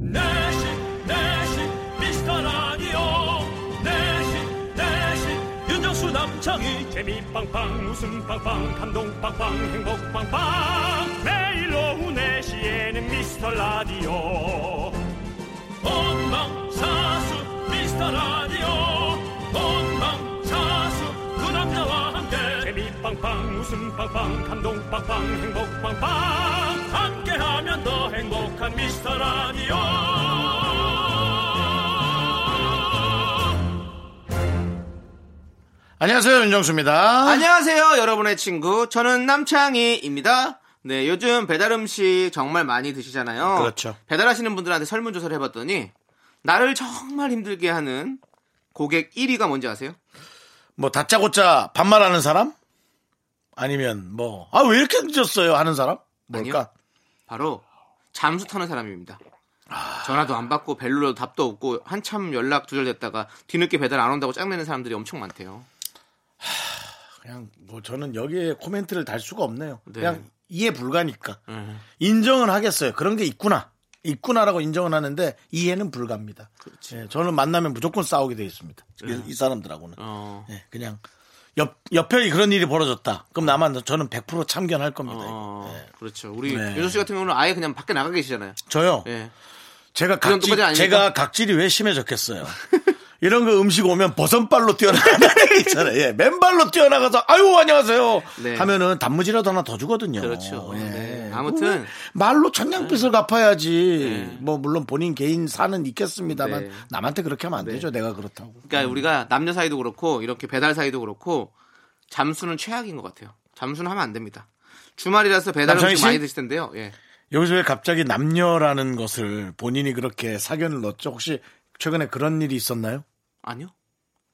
내시 내시 미스터 라디오 내시 내시 윤정수 남창희 재미 빵빵 웃음 빵빵 감동 빵빵 행복 빵빵 매일 오후 4시에는 미스터 라디오 본방사수 미스터 라디오 본방사수 그 남자와 함께 재미 빵빵 웃음 빵빵 감동 빵빵 행복 빵빵 함께하면 더 행복한 미스터 라디오 안녕하세요 윤정수입니다. 안녕하세요, 여러분의 친구. 저는 남창희입니다. 네, 요즘 배달 음식 정말 많이 드시잖아요. 그렇죠. 배달하시는 분들한테 설문조사를 해봤더니, 나를 정말 힘들게 하는 고객 1위가 뭔지 아세요? 뭐 다짜고짜 반말하는 사람? 아니면 뭐 아 왜 이렇게 늦었어요 하는 사람? 뭘까? 바로 잠수 타는 사람입니다. 아. 전화도 안 받고 별로 답도 없고 한참 연락 두절됐다가 뒤늦게 배달 안 온다고 짱내는 사람들이 엄청 많대요. 그냥 뭐 저는 여기에 코멘트를 달 수가 없네요. 네. 그냥 이해 불가니까 인정은 하겠어요. 그런 게 있구나. 있구나라고 인정은 하는데 이해는 불가입니다. 예, 저는 만나면 무조건 싸우게 돼 있습니다. 이- 이 사람들하고는 네. 어. 예, 그냥 옆 옆에 그런 일이 벌어졌다. 그럼 나만 저는 100% 참견할 겁니다. 어, 예. 그렇죠. 우리 네. 윤수 씨 같은 경우는 아예 그냥 밖에 나가 계시잖아요. 저요. 예. 제가 그건 각질, 똑같이 아닙니까? 제가 각질이 왜 심해졌겠어요? 이런 거 음식 오면 버선발로 뛰어나가는 애 있잖아요. 예, 맨발로 뛰어나가서 아유 안녕하세요 네. 하면은 단무지라도 하나 더 주거든요. 그렇죠. 예. 네. 아무튼. 네. 말로 천냥빚을 갚아야지. 뭐 물론 본인 개인 사는 있겠습니다만 네. 남한테 그렇게 하면 안 되죠. 내가 그렇다고. 그러니까 우리가 남녀 사이도 그렇고 이렇게 배달 사이도 그렇고 잠수는 최악인 것 같아요. 잠수는 하면 안 됩니다. 주말이라서 배달 남창희 음식 많이 씨? 드실 텐데요. 예. 여기서 왜 갑자기 남녀라는 것을 본인이 그렇게 사견을 넣었죠? 혹시 최근에 그런 일이 있었나요? 아니요.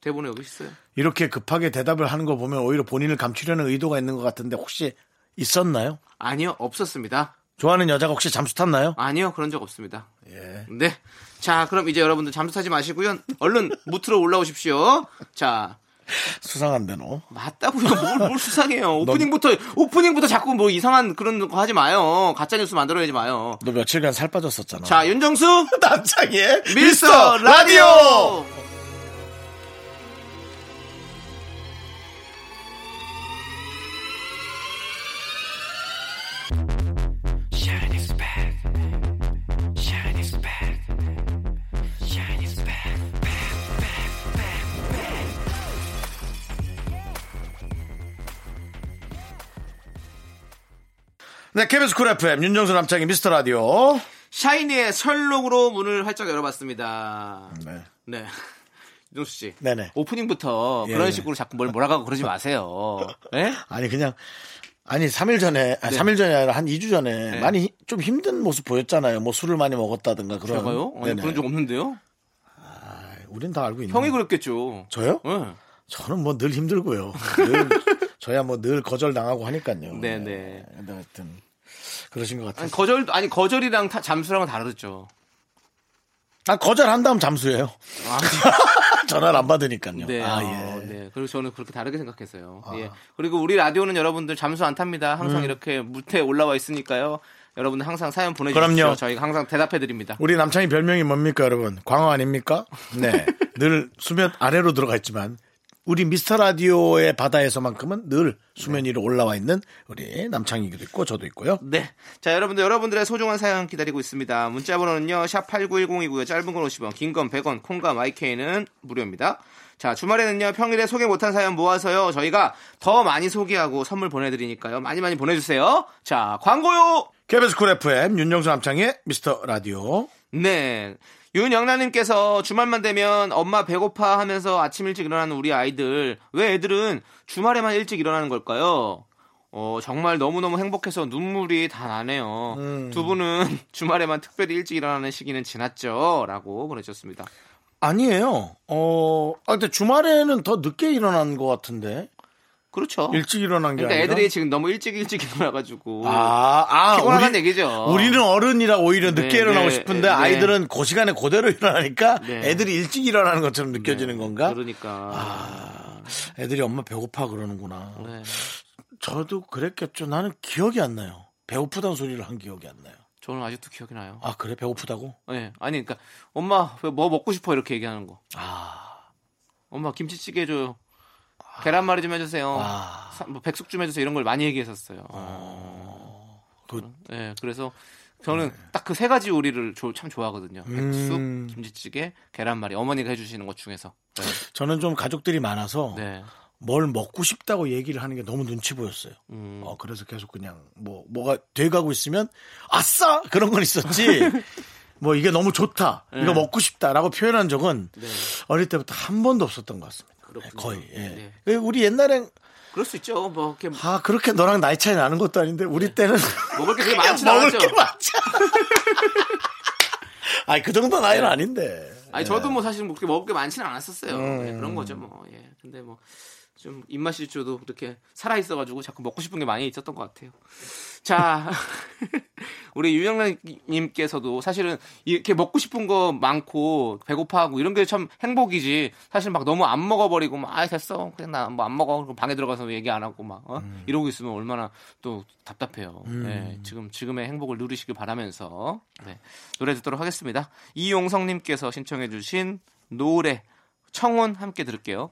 대본에 여기 있어요. 이렇게 급하게 대답을 하는 거 보면 오히려 본인을 감추려는 의도가 있는 것 같은데 혹시 있었나요? 아니요. 없었습니다. 좋아하는 여자가 혹시 잠수 탔나요? 아니요. 그런 적 없습니다. 예. 네. 자, 그럼 이제 여러분들 잠수 타지 마시고요. 얼른 무트로 올라오십시오. 자, 수상한데 너. 맞다고요. 뭘, 뭘 수상해요. 오프닝부터 오프닝부터 자꾸 뭐 이상한 그런 거 하지 마요. 가짜 뉴스 만들어내지 마요. 너 며칠간 살 빠졌었잖아. 자, 윤정수 남창의 미스터 라디오. 네, KBS 쿨 FM 윤정수 남창의 미스터 라디오. 샤이니의 설록으로 문을 활짝 열어봤습니다. 네. 네. 윤수 씨. 네네. 오프닝부터 예, 그런 예. 식으로 자꾸 뭘 몰아가고 그러지 마세요. 예? 아니 그냥 아니 3일 전에 아니, 3일 전이 아니라 한 2주 전에 네. 많이 히- 좀 힘든 모습 보였잖아요. 뭐 술을 많이 먹었다든가 그런. 제가요? 아니, 네네. 음. 그런 적 없는데요? 우린 다 알고 있는. 형이 그랬겠죠. 저요? 예. 저는 뭐 늘 힘들고요. 늘 저야 뭐 늘 거절 당하고 하니까요. 네네. 근데 하여튼 그러신 것 같아요. 아니, 거절, 아니, 거절이랑 타- 잠수랑은 다르죠. 아 거절한 다음 잠수예요. 전화를 안 받으니까요. 아, 네. 아 어, 예. 아. 네. 그리고 저는 그렇게 다르게 생각했어요. 예. 그리고 우리 라디오는 여러분들 잠수 안 탑니다. 음. 항상 이렇게 무태에 올라와 있으니까요. 여러분들 항상 사연 보내주십시오. 그럼요. 저희가 항상 대답해드립니다. 우리 남창희 별명이 뭡니까, 여러분? 광어 아닙니까? 네. 늘 수면 아래로 들어가 있지만 우리 미스터 라디오의 바다에서만큼은 늘 수면 위로 올라와 있는 우리 남창희도 있고 저도 있고요. 네. 자, 여러분들, 여러분들의 소중한 사연 기다리고 있습니다. 문자번호는요, 샵8910이고요. 짧은 건 50원, 긴 건 100원, 콩과 마이케이는 무료입니다. 자, 주말에는요, 평일에 소개 못한 사연 모아서요, 저희가 더 많이 소개하고 선물 보내드리니까요. 많이 많이 보내주세요. 자, 광고요! KBS 쿨 FM 윤정수 남창희의 미스터 라디오. 네. 윤영란님께서 주말만 되면 엄마 배고파 하면서 아침 일찍 일어나는 우리 아이들, 왜 애들은 주말에만 일찍 일어나는 걸까요? 어, 정말 너무너무 행복해서 눈물이 다 나네요. 음. 두 분은 주말에만 특별히 일찍 일어나는 시기는 지났죠? 라고 보내주셨습니다. 아니에요. 어, 아, 근데 주말에는 더 늦게 일어난 것 같은데. 그렇죠. 일찍 일어난 게 그러니까 아니라. 애들이 지금 너무 일찍 일찍 일어나가지고. 아, 아, 피곤하다는 얘기죠. 우리는 어른이라 오히려 네, 늦게 일어나고 네, 싶은데 네. 아이들은 그 시간에 그대로 일어나니까 네. 애들이 일찍 일어나는 것처럼 느껴지는 건가? 아. 그러니까. 애들이 엄마 배고파 그러는구나. 네. 저도 그랬겠죠. 나는 기억이 안 나요. 배고프다는 소리를 한 기억이 안 나요. 저는 아직도 기억이 나요. 아 그래 배고프다고? 예. 아니 그러니까 엄마 뭐 먹고 싶어 이렇게 얘기하는 거. 아, 엄마 김치찌개 해 줘요. 계란말이 좀 해주세요. 아. 사- 뭐 백숙 좀 해주세요. 이런 걸 많이 얘기했었어요. 그 예, 그래서 저는 딱 그 세 가지 요리를 조- 참 좋아하거든요. 백숙, 네. 음. 김치찌개, 계란말이. 어머니가 해주시는 것 중에서. 네. 저는 좀 가족들이 많아서 네. 뭘 먹고 싶다고 얘기를 하는 게 너무 눈치 보였어요. 음. 어, 그래서 계속 그냥 뭐 뭐가 돼가고 있으면 아싸 그런 건 있었지. 뭐 이게 너무 좋다, 예. 이거 먹고 싶다라고 표현한 적은 네. 어릴 때부터 한 번도 없었던 것 같습니다. 그렇군요. 네, 거의. 예. 우리 옛날엔 그럴 수 있죠. 뭐 이렇게 아 그렇게 너랑 나이 차이 나는 것도 아닌데 우리 때는 먹을 게 되게 그냥 예. 많지 먹을 않았죠. 게 많잖아. 아니 그 정도 나이는 아닌데. 예. 아니 저도 뭐 사실 그렇게 먹을 게 많지는 않았었어요. 예, 그런 거죠 뭐. 예. 근데 뭐 좀 입맛이 줘도 그렇게 살아 있어가지고 자꾸 먹고 싶은 게 많이 있었던 것 같아요. 자, 우리 유영란님께서도 사실은 이렇게 먹고 싶은 거 많고 배고파하고 이런 게 참 행복이지. 사실 막 너무 안 먹어버리고 막 아 됐어 그냥 나 뭐 안 먹어 그리고 방에 들어가서 얘기 안 하고 막 어? 이러고 있으면 얼마나 또 답답해요. 네, 지금 지금의 행복을 누리시길 바라면서 네, 노래 듣도록 하겠습니다. 이용성님께서 신청해주신 노래 청혼 함께 들을게요.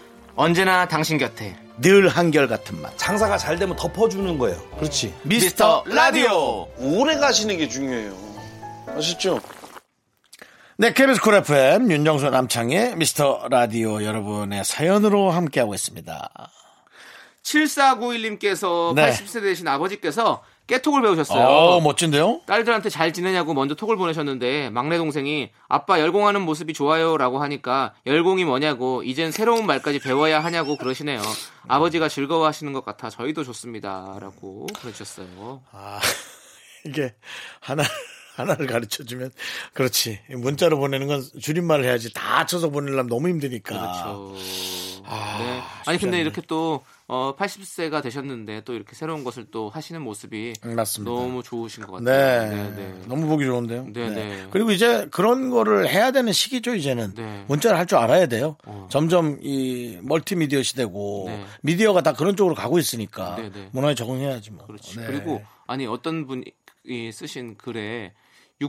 언제나 당신 곁에 늘 한결같은 맛. 장사가 잘 되면 덮어주는 거예요. 그렇지. 미스터 라디오. 오래 가시는 게 중요해요. 아셨죠? 네, KBS 쿨 FM 윤정수 남창의 미스터 라디오 여러분의 사연으로 함께하고 있습니다. 7491님께서 네. 80세 되신 아버지께서 깨톡을 배우셨어요. 어, 멋진데요? 딸들한테 잘 지내냐고 먼저 톡을 보내셨는데 막내 동생이 아빠 열공하는 모습이 좋아요라고 하니까 열공이 뭐냐고 이젠 새로운 말까지 배워야 하냐고 그러시네요. 아버지가 즐거워하시는 것 같아 저희도 좋습니다라고 보내주셨어요. 아, 이게 하나 하나를 가르쳐 주면 그렇지. 문자로 보내는 건 줄임말을 해야지 다 합쳐서 보내려면 너무 힘드니까. 그렇죠. 아, 네. 쉽지 아니 근데 않네. 이렇게 또 어, 80세가 되셨는데 또 이렇게 새로운 것을 또 하시는 모습이 음, 맞습니다. 너무 좋으신 것 같아요. 네. 네. 너무 보기 좋은데요. 네, 네. 그리고 이제 그런 거를 해야 되는 시기죠, 이제는. 네. 어. 문자를 할 줄 알아야 돼요. 점점 이 멀티미디어 시대고 네. 미디어가 다 그런 쪽으로 가고 있으니까 네, 네. 문화에 적응해야지 뭐. 그렇지. 네. 그리고 아니 어떤 분이 쓰신 글에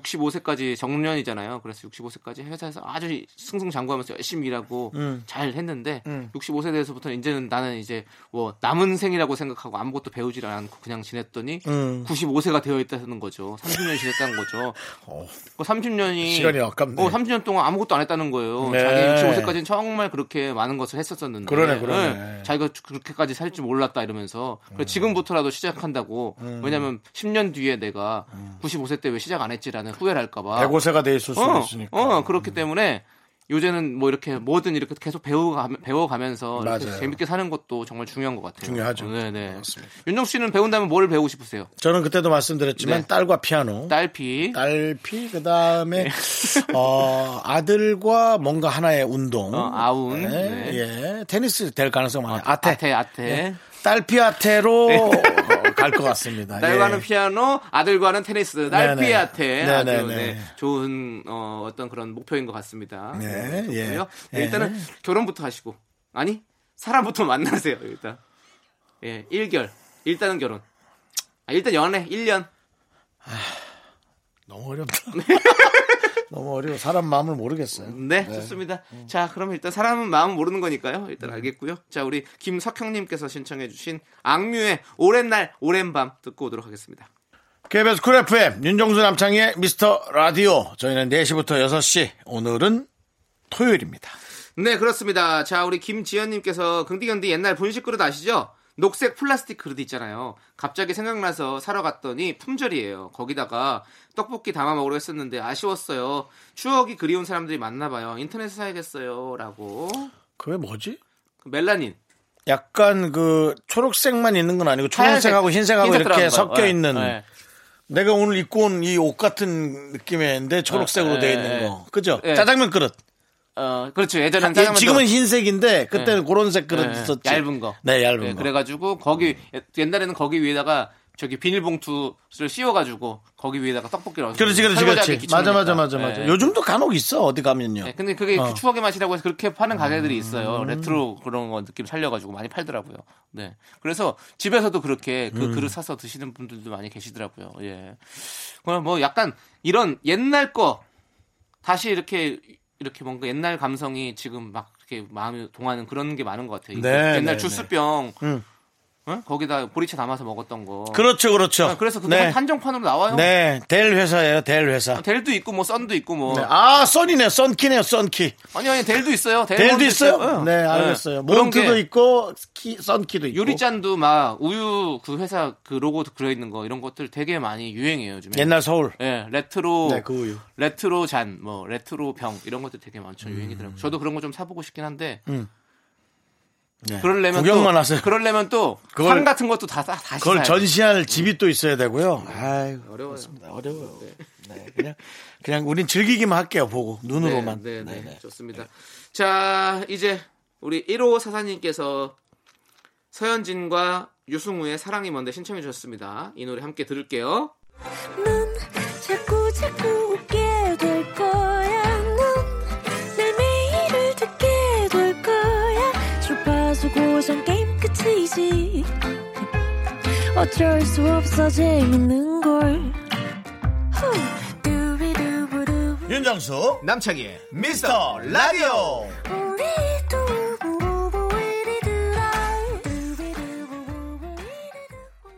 65세까지 정년이잖아요. 그래서 65세까지 회사에서 아주 승승장구하면서 열심히 일하고 잘 했는데 65세 돼서부터는 이제는 나는 이제 뭐 남은 생이라고 생각하고 아무것도 배우질 않고 그냥 지냈더니 음. 95세가 되어 있다는 거죠. 30년 지냈다는 거죠. 어, 그 30년이 시간이 아깝네. 어, 30년 동안 아무것도 안 했다는 거예요. 네. 자기 65세까지는 정말 그렇게 많은 것을 했었었는데. 그러네, 그러네. 음. 자기가 그렇게까지 살 줄 몰랐다 이러면서 그래, 지금부터라도 시작한다고. 왜냐면 10년 뒤에 내가 95세 때 왜 시작 안 했지라는 후회를 할까 봐. 105세가 돼 있을 음. 수도 아. 어, 있으니까. 음. 어, 그렇기 때문에 요새는 뭐 이렇게 뭐든 이렇게 계속 배워가, 배워가면서 이렇게 맞아요. 재밌게 사는 것도 정말 중요한 것 같아요. 어, 중요하죠. 네네. 맞습니다. 윤정 씨는 배운다면 뭘 배우고 싶으세요? 저는 그때도 말씀드렸지만 네. 딸과 피아노. 딸피. 네. 딸피 그다음에 어 아들과 뭔가 하나의 운동 어, 아운. 네. 예 테니스 될 가능성 많아요 아테 아테, 아테. 예. 딸피 아테로 갈 것 같습니다 예. 딸과는 예. 피아노, 아들과는 테니스, 딸 네네. 피아테 아주 네네네. 네, 좋은 어, 어떤 그런 목표인 것 같습니다. 네, 예. 좋고요. 네, 예. 일단은 결혼부터 하시고 아니 사람부터 만나세요 일단. 예, 1결 일단은 결혼. 아, 일단 연애 1년. 너무 어렵다 너무 어려워 사람 마음을 모르겠어요 네, 좋습니다. 음. 자, 그럼 일단 사람은 마음 모르는 거니까요. 일단 알겠고요. 자, 우리 김석형님께서 신청해주신 악뮤의 오랜 날 오랜 밤 듣고 오도록 하겠습니다. KBS 쿨 FM 윤정수 남창의 미스터 라디오 저희는 4시부터 6시 오늘은 토요일입니다 네, 그렇습니다. 자, 우리 김지연님께서 긍디견디 옛날 분식 그릇 아시죠? 녹색 플라스틱 그릇 있잖아요. 갑자기 생각나서 사러 갔더니 품절이에요. 거기다가 떡볶이 담아 먹으려 했었는데 아쉬웠어요. 추억이 그리운 사람들이 많나 봐요. 인터넷에 사야겠어요. 라고. 그게 뭐지? 그 멜라닌. 약간 그 초록색만 있는 건 아니고 하얀색, 초록색하고 흰색하고 흰색 이렇게 들어간 거예요. 섞여 예, 있는 예. 내가 오늘 입고 온 이 옷 같은 느낌인데 초록색으로 예, 되어 예. 있는 거. 그죠? 예. 짜장면 그릇. 어, 그렇죠. 예전엔 예, 짜장면 지금은 흰색인데 그때는 예. 그런 색 그릇 예, 있었지. 얇은 거. 네, 얇은 예, 거. 그래가지고 거기 옛- 옛날에는 거기 위에다가 저기 비닐봉투를 씌워가지고 거기 위에다가 떡볶이를 얹어. 그렇지, 그렇지, 그렇지. 맞아, 맞아, 맞아, 예. 맞아. 요즘도 간혹 있어. 어디 가면요. 네, 근데 그게 어. 음. 그 추억의 맛이라고 해서 그렇게 파는 가게들이 있어요. 레트로 그런 거 느낌 살려가지고 많이 팔더라고요. 네. 그래서 집에서도 그렇게 그 음. 그릇 사서 드시는 분들도 많이 계시더라고요. 예. 그럼 뭐 약간 이런 옛날 거 다시 이렇게 이렇게 뭔가 옛날 감성이 지금 막 이렇게 마음이 동하는 그런 게 많은 것 같아요. 네, 네, 옛날 주스병 음. 어? 거기다 보리차 담아서 먹었던 거. 그렇죠, 그렇죠. 아, 그래서 그거 네. 한정판으로 나와요. 네, 델 회사예요, 델 회사. 델도 있고 뭐 썬도 있고 뭐 네. 아, 썬이네, 썬키네요, 썬키. 아니 아니 델도 있어요. 델 델도 모음도 있어요? 어. 네, 알겠어요. 그런 게 몬트도 있고, 키, 썬키도 있고. 유리잔도 막 우유 그 회사 그 로고 그려 있는 거 이런 것들 되게 많이 유행해요 요즘에. 옛날 서울. 예, 레트로 네, 그 우유. 레트로 잔, 뭐 레트로 병 이런 것들 되게 많죠 음. 유행이더라고요. 저도 그런 거 좀 사보고 싶긴 한데. 네. 그러려면 구경만 또, 하세요. 그러려면 또 그걸- 판 같은 것도 다, 다 다시 그걸 사야 돼요. 전시할 집이 또 있어야 되고요. 아이고. 어려워요. 어려워요. 네, 그냥, 그냥 우린 즐기기만 할게요, 보고. 눈으로만. 네, 네, 네, 좋습니다. 자, 이제 우리 1호 사사님께서 서현진과 유승우의 사랑이 뭔데 신청해 주셨습니다. 이 노래 함께 들을게요. 넌 자꾸 자꾸 웃게 될 거야. 넌내 매일을 듣게 될 거야. 주파수 고정 게임 끝이지. 어쩔 수 없어 재밌는 걸. 후. 두비두부두. 네. 윤정수, 남창희, 미스터 라디오. 우리 두부부부 우리들아. 두비두부부부 우리들아.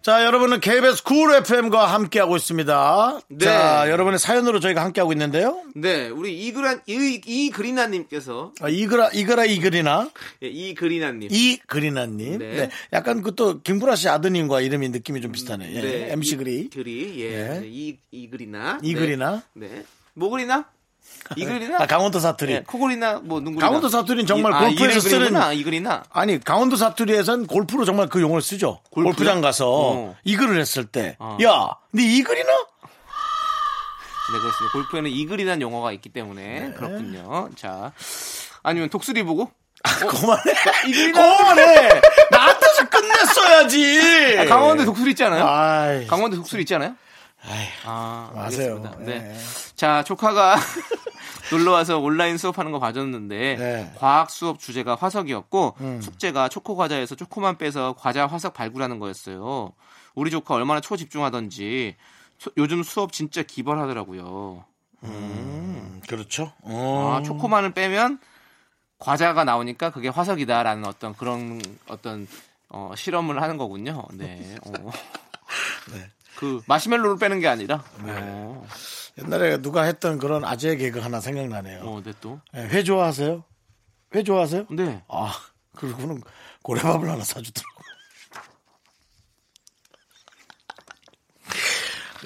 자, 여러분은 KBS 쿨 FM과 함께하고 있습니다. 네. 자, 여러분의 사연으로 저희가 함께하고 있는데요. 네, 우리 이그란 이, 이그리나님께서 아, 이그라, 이그라, 이그리나, 예, 이그리나님. 이그리나님. 네. 네. 약간 그 또 김구라 씨 아드님과 이름이 느낌이 좀 비슷하네. 예. MC 그리. 그리 예, 네. 이 이그리나. 이그리나? 네. 네. 뭐그리나? 이그리나? 아, 강원도 사투리. 예, 코그리나 뭐 눈구리나. 아, 강원도 사투리는 정말 골프에서 쓰는- 이그리나, 이그리나. 아니 강원도 사투리에선 골프로 정말 그 용어를 쓰죠. 골프요? 골프장 가서 어. 이글을 했을 때, 어. 야, 네 이글이나? 네, 그렇습니다. 골프에는 이글이라는 용어가 있기 때문에 그렇군요. 자, 아니면 독수리 보고? 어? 그만해, 아, 이글이나? 그만해. 나한테서 끝냈어야지. 아, 강원도 독수리 있잖아요. 아이, 강원도 독수리 있잖아요. 아이, 아, 마세요. 알겠습니다. 네. 예. 자, 조카가 놀러 와서 온라인 수업하는 거 봐줬는데 네. 과학 수업 주제가 화석이었고 숙제가 초코 과자에서 초코만 빼서 과자 화석 발굴하는 거였어요. 우리 조카 얼마나 초집중하던지 소- 요즘 수업 진짜 기발하더라고요. 음, 그렇죠. 어. 아, 초코만을 빼면 과자가 나오니까 그게 화석이다라는 어떤 그런 어떤 어, 실험을 하는 거군요. 네. 어. 그 마시멜로를 빼는 게 아니라. 네. 어, 옛날에 누가 했던 그런 아재 개그 하나 생각나네요. 어, 네 또. 예, 회 좋아하세요? 회 좋아하세요? 네. 아, 그러고는 고래밥을 하나 사주더라고.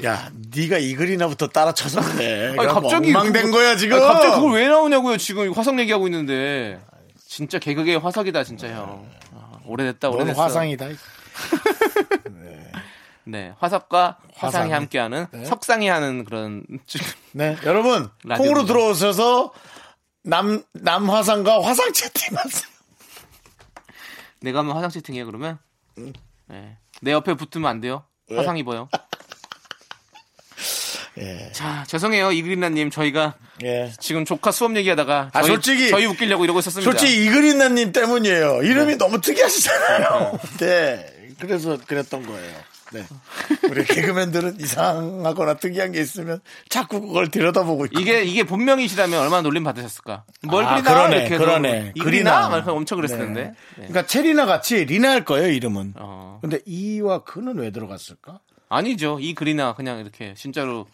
야, 네가 이글이나부터 따라쳐서 그래. 아니, 갑자기 뭐 엉망된 그거- 거야 지금. 아니, 갑자기 그걸 왜 나오냐고요. 지금 화석 얘기하고 있는데. 진짜 개그계의 화석이다 진짜 형. 아, 오래됐다 넌 오래됐어. 네. 화상이다. 네. 화석과 화상이 화상이. 함께하는 석상이 하는 그런 네, 여러분 라디오입니다. 콩으로 들어오셔서 남 남화상과 화상 채팅하세요. 내가 하면 화상 채팅이에요 그러면? 네. 내 옆에 붙으면 안 돼요. 화상 입어요. 예, 자, 죄송해요. 이그린나님 저희가 예. 지금 조카 수업 얘기하다가 아, 저희, 솔직히- 저희 웃기려고 이러고 있었습니다. 네. 솔직히 이글이나님 때문이에요. 이름이 너무 특이하시잖아요. 네, 그래서 그랬던 거예요. 네. 우리 개그맨들은 이상하거나 특이한 게 있으면 자꾸 그걸 들여다보고 있고. 이게 이게 본명이시라면 얼마나 놀림 받으셨을까? 뭘 아, 그리나 그러네, 이렇게 해서 그러네. 이그리나 그리나. 막 엄청 그랬을 네. 텐데. 네. 그러니까 체리나 같이 리나일 거예요 이름은. 어. 근데 이와 그는 왜 들어갔을까? 아니죠. 이 그리나 그냥 이렇게 진짜로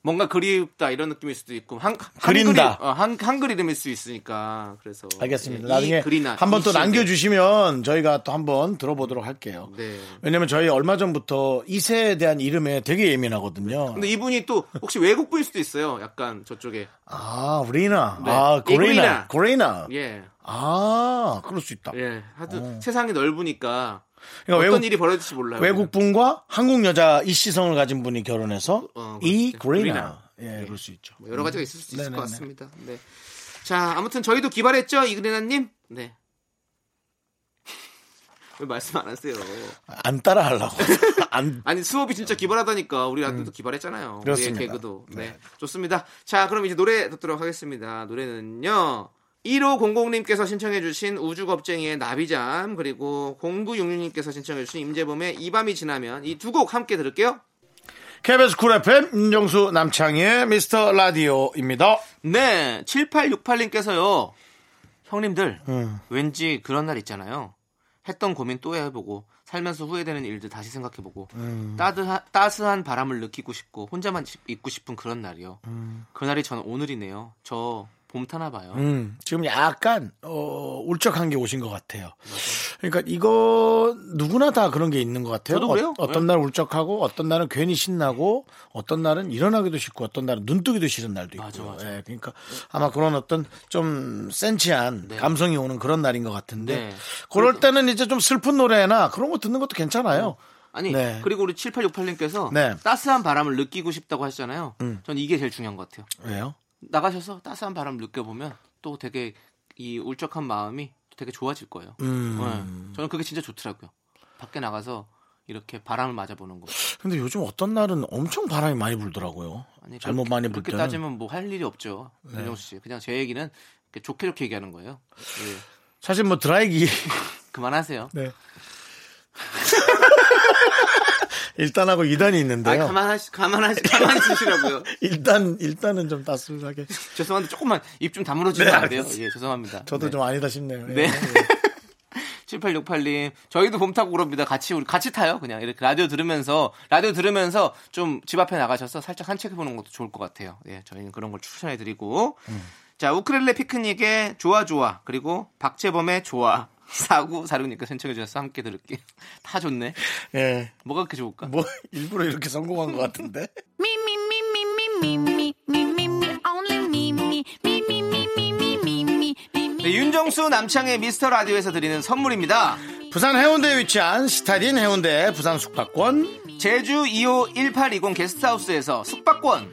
뭔가 그립다 이런 느낌일 수도 있고 한 그린다. 한글, 어, 한 한글 이름일 수 있으니까 그래서 알겠습니다. 예, 이 나중에 그리나 한번 이 또 시대. 남겨주시면 저희가 또 한번 들어보도록 할게요. 네. 왜냐면 저희 얼마 전부터 이세에 대한 이름에 되게 예민하거든요. 근데 이분이 또 혹시 외국 분일 수도 있어요. 약간 저쪽에 아, 우리나. 네. 아, 고레나. 이구리나. 고레나. 예 아, 그럴 수 있다. 예. 하여튼 세상이 넓으니까 그러니까 예. 어떤 외국 일이 벌어질지 몰라요. 외국 분과 한국 여자 이 시성을 가진 분이 결혼해서 어, 이 그렇죠. 그레이나 예 그럴 수 있죠. 음. 뭐 여러 가지가 있을 수 있을 네네네. 것 같습니다. 네. 자, 아무튼 저희도 기발했죠, 이그레나님. 네. 왜 말씀 안 하세요? 안 따라 하려고 안 아니 수업이 진짜 기발하다니까 우리 아들도 기발했잖아요. 우리의 음. 그렇습니다. 개그도. 네. 좋습니다. 자, 그럼 이제 노래 듣도록 하겠습니다. 노래는요. 1500님께서 신청해주신 우주겁쟁이의 나비잠 그리고 0966님께서 신청해주신 임재범의 이 밤이 지나면 이 두 곡 함께 들을게요. KBS 쿨 FM 윤정수 남창희의 미스터 라디오입니다. 네, 7868님께서요. 형님들, 음. 왠지 그런 날 있잖아요. 했던 고민 또 해보고, 살면서 후회되는 일들 다시 생각해보고, 음. 따뜻하, 따스한 바람을 느끼고 싶고, 혼자만 지- 있고 싶은 그런 날이요. 그날이 저는 오늘이네요. 저 봄 타나 봐요. 음, 지금 약간 어, 울적한 게 오신 것 같아요. 그러니까 이거 누구나 다 그런 게 있는 것 같아요. 저도 그래요. 네. 어, 떤날 울적하고 어떤 날은 괜히 신나고 어떤 날은 일어나기도 싫고 어떤 날은 눈뜨기도 싫은 날도 있고. 맞아, 맞아. 예, 그러니까 아마 그런 어떤 좀 센치한 감성이 오는 그런 날인 것 같은데 네. 그럴 때는 이제 좀 슬픈 노래나 그런 거 듣는 것도 괜찮아요. 아니, 네. 그리고 우리 7868님께서 네. 음. 따스한 바람을 느끼고 싶다고 하시잖아요. 전 이게 제일 중요한 것 같아요. 왜요? 나가셔서 따스한 바람 느껴보면 또 되게 이 울적한 마음이 또 되게 좋아질 거예요. 음. 네. 저는 그게 진짜 좋더라고요. 밖에 나가서 이렇게 바람을 맞아보는 거. 근데 요즘 어떤 날은 엄청 바람이 많이 불더라고요. 잘못 그렇게- 많이 네. 불 그렇게 때는. 따지면 뭐 할 일이 없죠. 윤정수 씨. 그냥 제 얘기는 이렇게 좋게 좋게 얘기하는 거예요. 예. 사실 뭐 드라이기 그만하세요. 네. 일단하고 2단이 아, 있는데요. 가만하시, 가만하시, 가만 있으시라고요. 일단 일단은 좀 따스하게. 죄송한데 조금만 입 좀 다물어주시면 안 돼요? 예, 죄송합니다. 네, 저도 네. 좀 아니다 싶네요. 예. 네. 7868님, 저희도 봄 타고 그럽니다. 같이, 우리 같이 타요. 그냥 이렇게 라디오 들으면서, 라디오 들으면서 좀 집 앞에 나가셔서 살짝 산책해보는 것도 좋을 것 같아요. 예, 저희는 그런 걸 추천해드리고. 자, 우크렐레 피크닉의 좋아, 좋아. 그리고 박재범의 좋아. 사구 사루니까 신청해주셔서 함께 들을게요. 다 좋네. 예. 뭐가 그렇게 좋을까? 뭐 일부러 이렇게 성공한 것 같은데. Me, me, me, me, me, me, me, me, me, me, only me, me, me, me, me, me, me, me, me, me, me. 네, 윤정수 남창의 미스터 라디오에서 드리는 선물입니다. 부산 해운대에 위치한 스타딘 해운대 부산 숙박권. 제주 2호 1820 게스트하우스에서 숙박권.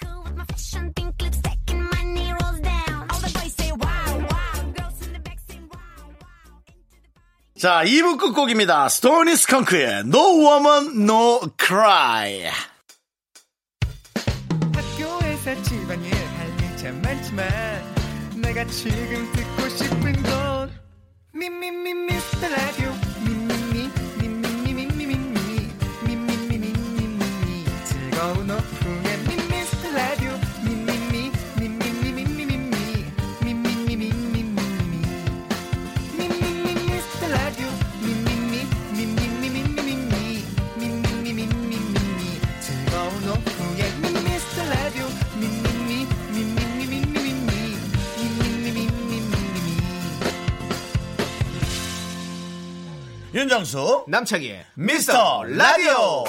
cool with my fashion, pink lipstick, and my knee rolls down. All the boys say wow, wow. Girls in the back say wow, wow. 자, 2부 끝곡입니다. 스토니 스컹크의 No Woman, No Cry. 학교에서 집안일 할 일 참 많지만 내가 지금 듣고 싶은 건 미미미 미스터 라디오 미미미 미미미 미미미 미미미 미미미 즐거운 오후에 미스터 라디오 미미미 미미미 미미미 미미미 미미미 어, 윤정수, 남창희의 미스터 라디오.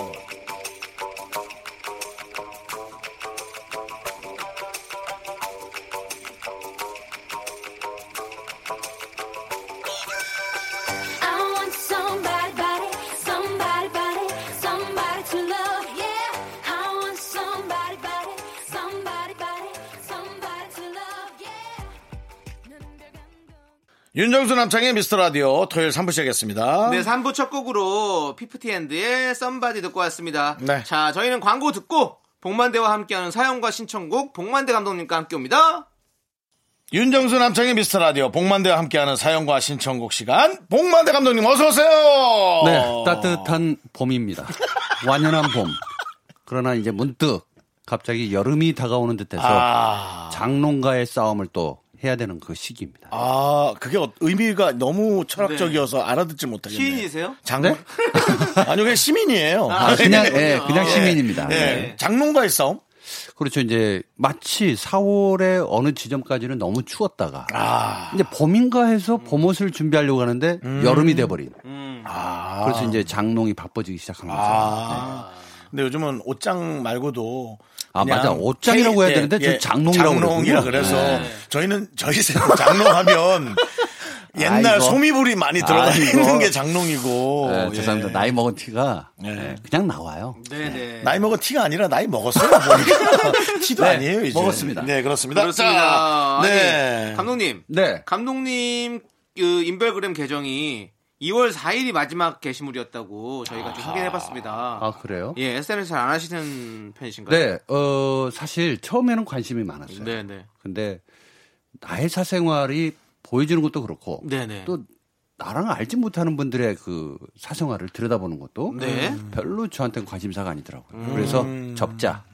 I want somebody, body, somebody, body, somebody to love, yeah. I want somebody, body, somebody, body, somebody to love, yeah. 윤정수 남창의 미스터 라디오 토요일 3부 시작했습니다. 네 3부 첫 곡으로 피프티핸드의 썸바디 듣고 왔습니다 네. 자 저희는 광고 듣고 복만대와 함께하는 사연과 신청곡 복만대 감독님과 함께 옵니다 윤정수 남창의 미스터 라디오 복만대와 함께하는 사연과 신청곡 시간. 복만대 감독님 어서 오세요. 어. 네, 따뜻한 봄입니다. 완연한 봄. 그러나 이제 문득 갑자기 여름이 다가오는 듯해서 아, 장롱과의 싸움을 또 해야 되는 그 시기입니다. 아, 그게 어- 의미가 너무 철학적이어서 알아듣지 못하겠네요. 시인이세요? 장로? 아니요, 그냥 시민이에요. 네? 아, 그냥 예, 그냥 시민입니다. 예. 네. 장롱과의 싸움? 그렇죠. 이제 마치 4월의 어느 지점까지는 너무 추웠다가 아, 이제 봄인가 해서 봄옷을 준비하려고 하는데 여름이 돼버린. 그래서 이제 장롱이 바빠지기 시작한 거죠. 네. 아. 근데 요즘은 옷장 말고도 아, 그냥 맞아. 옷장이라고 해야 케이- 예, 되는데 저는 장롱이라고 장롱이라 그러거든요. 그래서 네. 저희는 저희 세대 장롱하면 옛날 아이고. 소미불이 많이 들어가 아이고. 있는 게 장롱이고 네, 죄송합니다. 예. 나이 먹은 티가 예. 네, 그냥 나와요. 네네. 나이 먹은 티가 아니라 나이 먹었어요. 보니까. 티도 네, 아니에요 이제. 먹었습니다. 네 그렇습니다. 그렇습니다. 자, 아니, 예. 네. 감독님. 네. 감독님 그 인별그램 계정이 2월 4일이 마지막 게시물이었다고 저희가 좀 확인해봤습니다. 아, 그래요? 예, SNS 잘 안 하시는 편이신가요? 네, 어, 사실 처음에는 관심이 많았어요. 네, 네. 근데 나의 사생활이 보여지는 것도 그렇고 네네. 또 나랑 알지 못하는 분들의 그 사생활을 들여다보는 것도 네. 별로 저한테는 관심사가 아니더라고요. 음. 그래서 접자.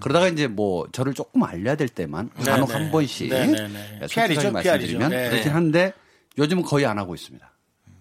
그러다가 이제 뭐 저를 조금 알려야 될 때만 간혹 한 번씩 네네네. 솔직하게 PR이죠, 말씀드리면 네. 그렇긴 한데 요즘은 거의 안 하고 있습니다.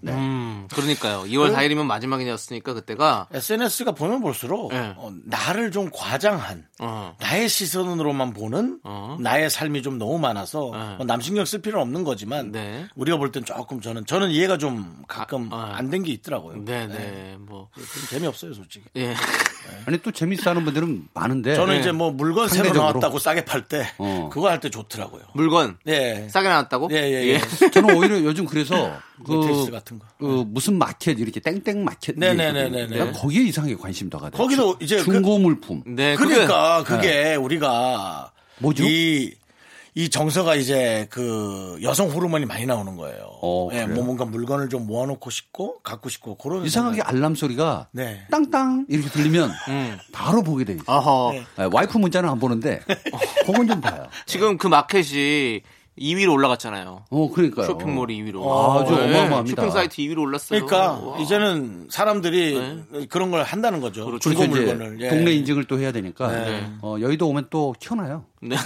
음, 그러니까요. 2월 4일이면 마지막이었으니까 그때가 SNS가 보면 볼수록 네. 어, 나를 좀 과장한 어. 나의 시선으로만 보는 어. 나의 삶이 좀 너무 많아서 네. 뭐 남신경 쓸 필요는 없는 거지만 네. 우리가 볼 땐 조금 저는 저는 이해가 좀 가끔 아, 아. 안 된 게 있더라고요. 네, 네. 뭐 좀 재미없어요, 솔직히. 예. 아니 또 재밌어 하는 분들은 많은데 저는 이제 뭐 물건 새로 네, 상대적으로. 나왔다고 싸게 팔 때 어. 그거 할 때 좋더라고요. 물건 예. 싸게 나왔다고? 예, 예, 예. 저는 오히려 요즘 그래서 네, 그, 테이스 같은 거. 그 무슨 마켓 이렇게 땡땡 마켓 네네네네네. 있거든요. 난 거기에 이상하게 관심 더가 돼. 거기도 이제 그- 중고 물품. 네, 그게- 그러니까 그게 우리가 뭐죠? 이, 이 정서가 이제 그 여성 호르몬이 많이 나오는 거예요. 어, 예, 그래요? 뭐 뭔가 물건을 좀 모아놓고 싶고 갖고 싶고 그런 이상하게 알람 소리가 네. 땅땅 이렇게 들리면 바로 보게 돼 있어요. 어허. 아, 와이프 문자는 안 보는데 어, 그건 좀 봐요. 지금 그 마켓이 2위로 올라갔잖아요. 어 그러니까요. 쇼핑몰이 2위로. 네. 아주 어마어마합니다. 쇼핑 사이트 2위로 올랐어요. 그러니까 와. 이제는 사람들이 네. 그런 걸 한다는 거죠. 중고 그렇죠, 이제 물건을. 예. 네. 동네 인증을 또 해야 되니까 어, 여의도 오면 또 켜놔요. 네.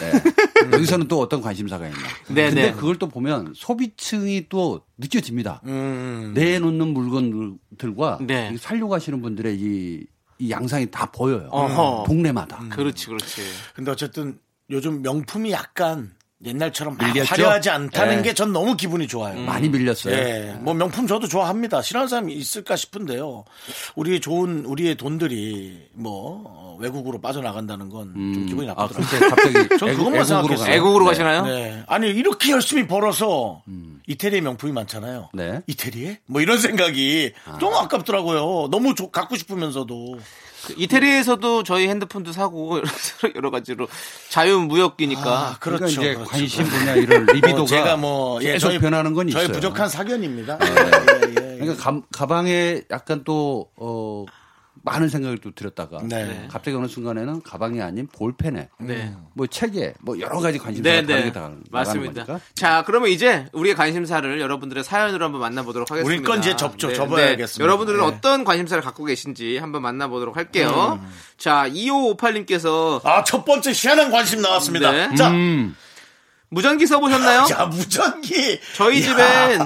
여기서는 또 어떤 관심사가 있나. 네, 근데 네. 그걸 또 보면 소비층이 또 느껴집니다. 음. 내놓는 물건들과 네. 이 살려고 하시는 분들의 이, 이 양상이 다 보여요. 어허. 동네마다. 음. 그렇지, 그렇지. 근데 어쨌든 요즘 명품이 약간 옛날처럼 막 밀렸죠? 화려하지 않다는 예. 게 전 너무 기분이 좋아요. 많이 밀렸어요. 예, 뭐 명품 저도 좋아합니다. 싫어하는 사람이 있을까 싶은데요. 우리의 좋은 우리의 돈들이 뭐 어, 외국으로 빠져나간다는 건 좀 기분이 아, 나쁘더라고요. 근데 갑자기 전 그것만 생각했어요. 가요. 애국으로 네. 가시나요? 네. 아니 이렇게 열심히 벌어서 이태리에 명품이 많잖아요. 음. 네. 아. 이태리에? 뭐 이런 생각이 너무 아깝더라고요. 너무 조- 갖고 싶으면서도 그 이태리에서도 저희 핸드폰도 사고 여러 가지로 자유무역이니까. 아, 그렇죠. 그러니까 이제 그렇죠. 관심 분야 이런 리비도가 뭐 제가 뭐 예, 계속 변하는 건 저희 있어요. 네. 부족한 사견입니다. 예, 예, 예. 그러니까 감- 가방에 약간 또 어, 많은 생각을 또 들였다가 네. 갑자기 어느 순간에는 가방이 아닌 볼펜에 네. 뭐 책에 뭐 여러 가지 관심사가 네, 다르게 네. 다 나가는 맞습니다. 거니까. 자, 그러면 이제 우리의 관심사를 여러분들의 사연으로 한번 만나보도록 하겠습니다. 네, 우리 건 이제 접죠. 접어야겠습니다. 여러분들은 네. 어떤 관심사를 갖고 계신지 한번 만나보도록 할게요. 음. 자, 2558님께서 아, 첫 번째 희한한 관심 나왔습니다. 네. 자, 음. 무전기 써보셨나요? 야, 무전기. 저희 이야. 집엔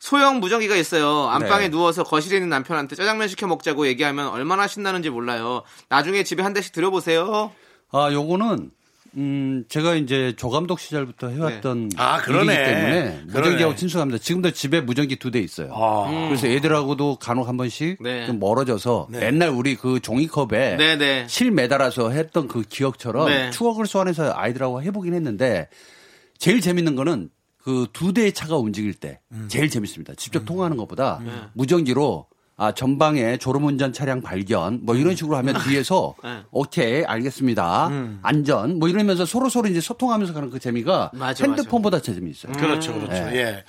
소형 무전기가 있어요. 안방에 네. 누워서 거실에 있는 남편한테 짜장면 시켜 먹자고 얘기하면 얼마나 신나는지 몰라요. 나중에 집에 한 대씩 들여보세요. 아, 요거는 음, 제가 이제 조감독 시절부터 해왔던 아, 일이기 그러네. 때문에 그러네. 무전기하고 친숙합니다. 지금도 집에 무전기 두 대 있어요. 아. 그래서 애들하고도 간혹 한 번씩 네. 뭐- 좀 멀어져서 옛날 우리 그 종이컵에 네네. 실 매달아서 했던 그 기억처럼 네. 추억을 소환해서 아이들하고 해보긴 했는데 제일 재밌는 거는 그 두 대의 차가 움직일 때 제일 재밌습니다. 직접 통화하는 것보다 무전기로 아 전방에 졸음운전 차량 발견 뭐 이런 식으로 하면 뒤에서 네. 오케이 알겠습니다 안전 뭐 이러면서 서로 서로 이제 소통하면서 가는 그 재미가 맞아, 핸드폰보다 제 재미있어요. 그렇죠, 그렇죠. 네. 예.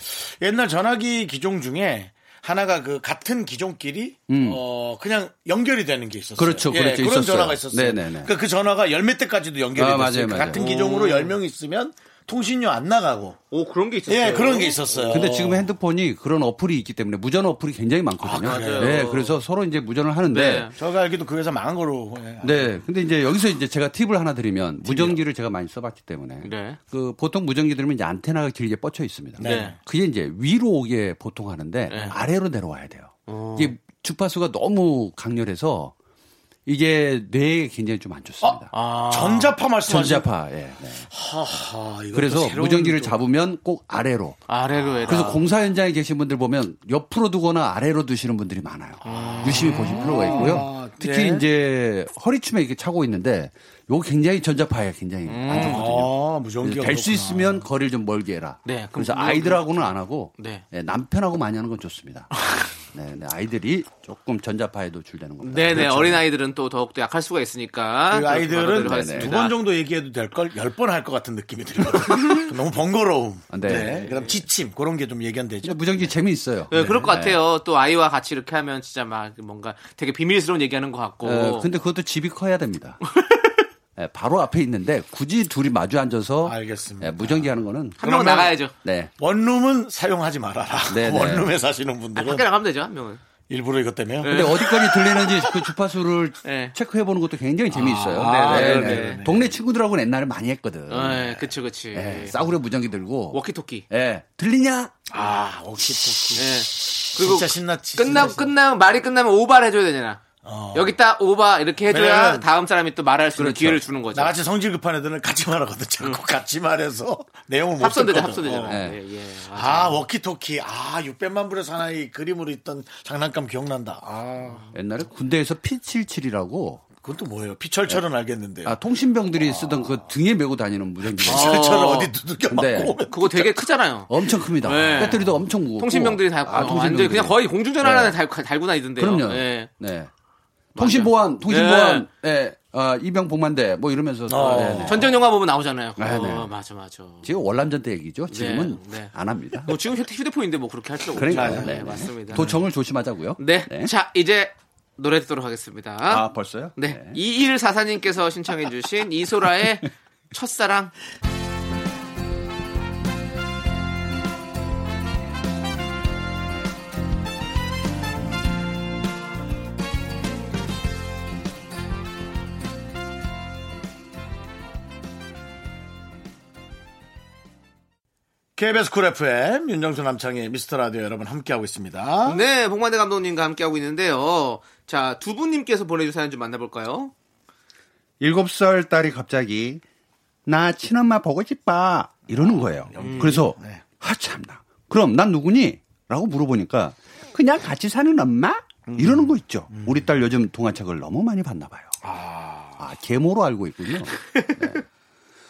옛날 전화기 기종 중에 하나가 그 같은 기종끼리 어 그냥 연결이 되는 게 있었어요. 음. 그렇죠, 예, 그렇죠, 그런 있었어요. 전화가 있었어요. 네네네. 그러니까 그 전화가 열몇 대까지도 연결이 아, 됐어요. 맞아요, 맞아요. 같은 기종으로 열 명이 있으면 통신료 안 나가고. 오 그런 게 있었어요. 예, 그런 게 있었어요. 근데 지금 핸드폰이 그런 어플이 있기 때문에 무전 어플이 굉장히 많거든요. 그래요? 네, 그래서 서로 이제 무전을 하는데 네. 저가 알기도 그 회사 망한 거로. 예. 네. 근데 이제 여기서 이제 제가 팁을 하나 드리면 무전기를 제가 많이 써봤기 때문에 네. 그 보통 무전기 들으면 이제 안테나가 길게 뻗쳐 있습니다. 네. 아. 그게 이제 위로 오게 보통 하는데 아래로 내려와야 돼요. 이게 주파수가 너무 강렬해서 이게 뇌에 굉장히 좀 안 좋습니다. 어, 전자파 말씀하시는 전자파. 예. 네. 하하, 이것도 그래서 새로운 무전기를 또- 잡으면 꼭 아래로. 아래로 해라. 그래서 공사 현장에 계신 분들 보면 옆으로 두거나 아래로 두시는 분들이 많아요. 유심히 보실 필요가 있고요. 특히 네. 이제 허리춤에 이렇게 차고 있는데 요거 굉장히 전자파에 굉장히 안 좋거든요. 어, 아, 무전기가. 될 수 음, 그렇구나. 있으면 거리를 좀 멀게 해라. 네, 그럼 그래서 그건- 아이들하고는 안 하고 네. 네, 남편하고 많이 하는 건 좋습니다. 네, 네, 아이들이 조금 전자파에 노출되는 겁니다. 네네 어린 아이들은 또 더욱 더 약할 수가 있으니까 그 아이들은 두 번 정도 정도 얘기해도 될 걸 열 번 할 것 같은 느낌이 들거든요. 너무 번거로움. 네. 그다음 지침 그런 게 좀 근데 예견되죠. 무전기 재미있어요. 네, 그럴 것 같아요. 또 아이와 같이 이렇게 하면 진짜 막 뭔가 되게 비밀스러운 얘기하는 것 같고. 어, 근데 그것도 집이 커야 됩니다. 예, 바로 앞에 있는데 굳이 둘이 마주 앉아서 알겠습니다. 예, 무전기 하는 거는 한 명은 그러면- 나가야죠. 네. 원룸은 사용하지 말아라. 네, 네. 원룸에 사시는 아, 분들은 밖에 나가면 되죠, 한 명은. 일부러 이것 때문에. 근데 어디까지 들리는지 그 주파수를 네. 체크해 보는 것도 굉장히 재미있어요. 아, 네, 네, 네, 네. 아, 네. 동네 친구들하고는 옛날에 많이 했거든. 네, 그치, 그치. 예, 싸구려 무전기 들고 워키토키. 예, 들리냐? 아, 오키토키. 예. 그리고 진짜 신났지. 끝나고, 진짜 끝나고, 말이 끝나면 오바를 해줘야 되잖아. 어. 여기 딱 오바 이렇게 해줘야 왜냐면- 다음 사람이 또 말할 수 있는 기회를 주는 거죠. 나같이 성질 급한 애들은 같이 말하거든. 자꾸 같이 말해서 내용을 못 음. 합선되죠, 듣거든. 합선되잖아. 어. 네. 예, 예. 맞아요. 아, 워키토키. 아, 600만 불의 사나이 그림으로 있던 장난감 기억난다. 아, 옛날에 군대에서 P77이라고 그건 또 뭐예요? 피철철은 알겠는데요. 아, 통신병들이 쓰던 그 등에 메고 다니는 무전기가 있어요. 피철철은 어. 어... 디 두들겨 맞고 네. 오면 예. 그거 되게 크잖아요. 엄청 큽니다. 네. 배터리도 엄청 무겁고. 통신병들이 다, 어, 아, 아, 통신병들이. 완전 그냥 거의 공중전화 네. 하나 달, 달고 다니던데요. 그럼요. 예. 네. 통신 보안, 통신 네. 보안, 예, 아, 이병 복만대 뭐 이러면서 네, 네. 전쟁 영화 보면 나오잖아요. 그거. 네, 네. 맞아, 맞아. 지금 월남전 때 얘기죠. 지금은 네, 네. 안 합니다. 뭐 지금 휴- 휴대폰인데 뭐 그렇게 할 필요가 없죠. 그러니까 네, 맞습니다. 도청을 조심하자고요. 네. 자, 이제 노래 듣도록 하겠습니다. 아 벌써요? 네. 2144님께서 신청해주신 이소라의 첫사랑. KBS 쿨 FM 윤정수 남창의 미스터 라디오 여러분 함께하고 어? 있습니다. 네, 복만대 감독님과 함께하고 있는데요. 자, 두 분님께서 보내주신 사연 좀 만나볼까요? 일곱 살 딸이 갑자기 나 친엄마 보고 싶어 이러는 거예요. 그래서 네. 아 참나. 그럼 난 누구니? 라고 물어보니까 그냥 같이 사는 엄마? 음. 이러는 거 있죠. 우리 딸 요즘 동화책을 너무 많이 봤나 봐요. 아, 계모로 알고 있군요. 네.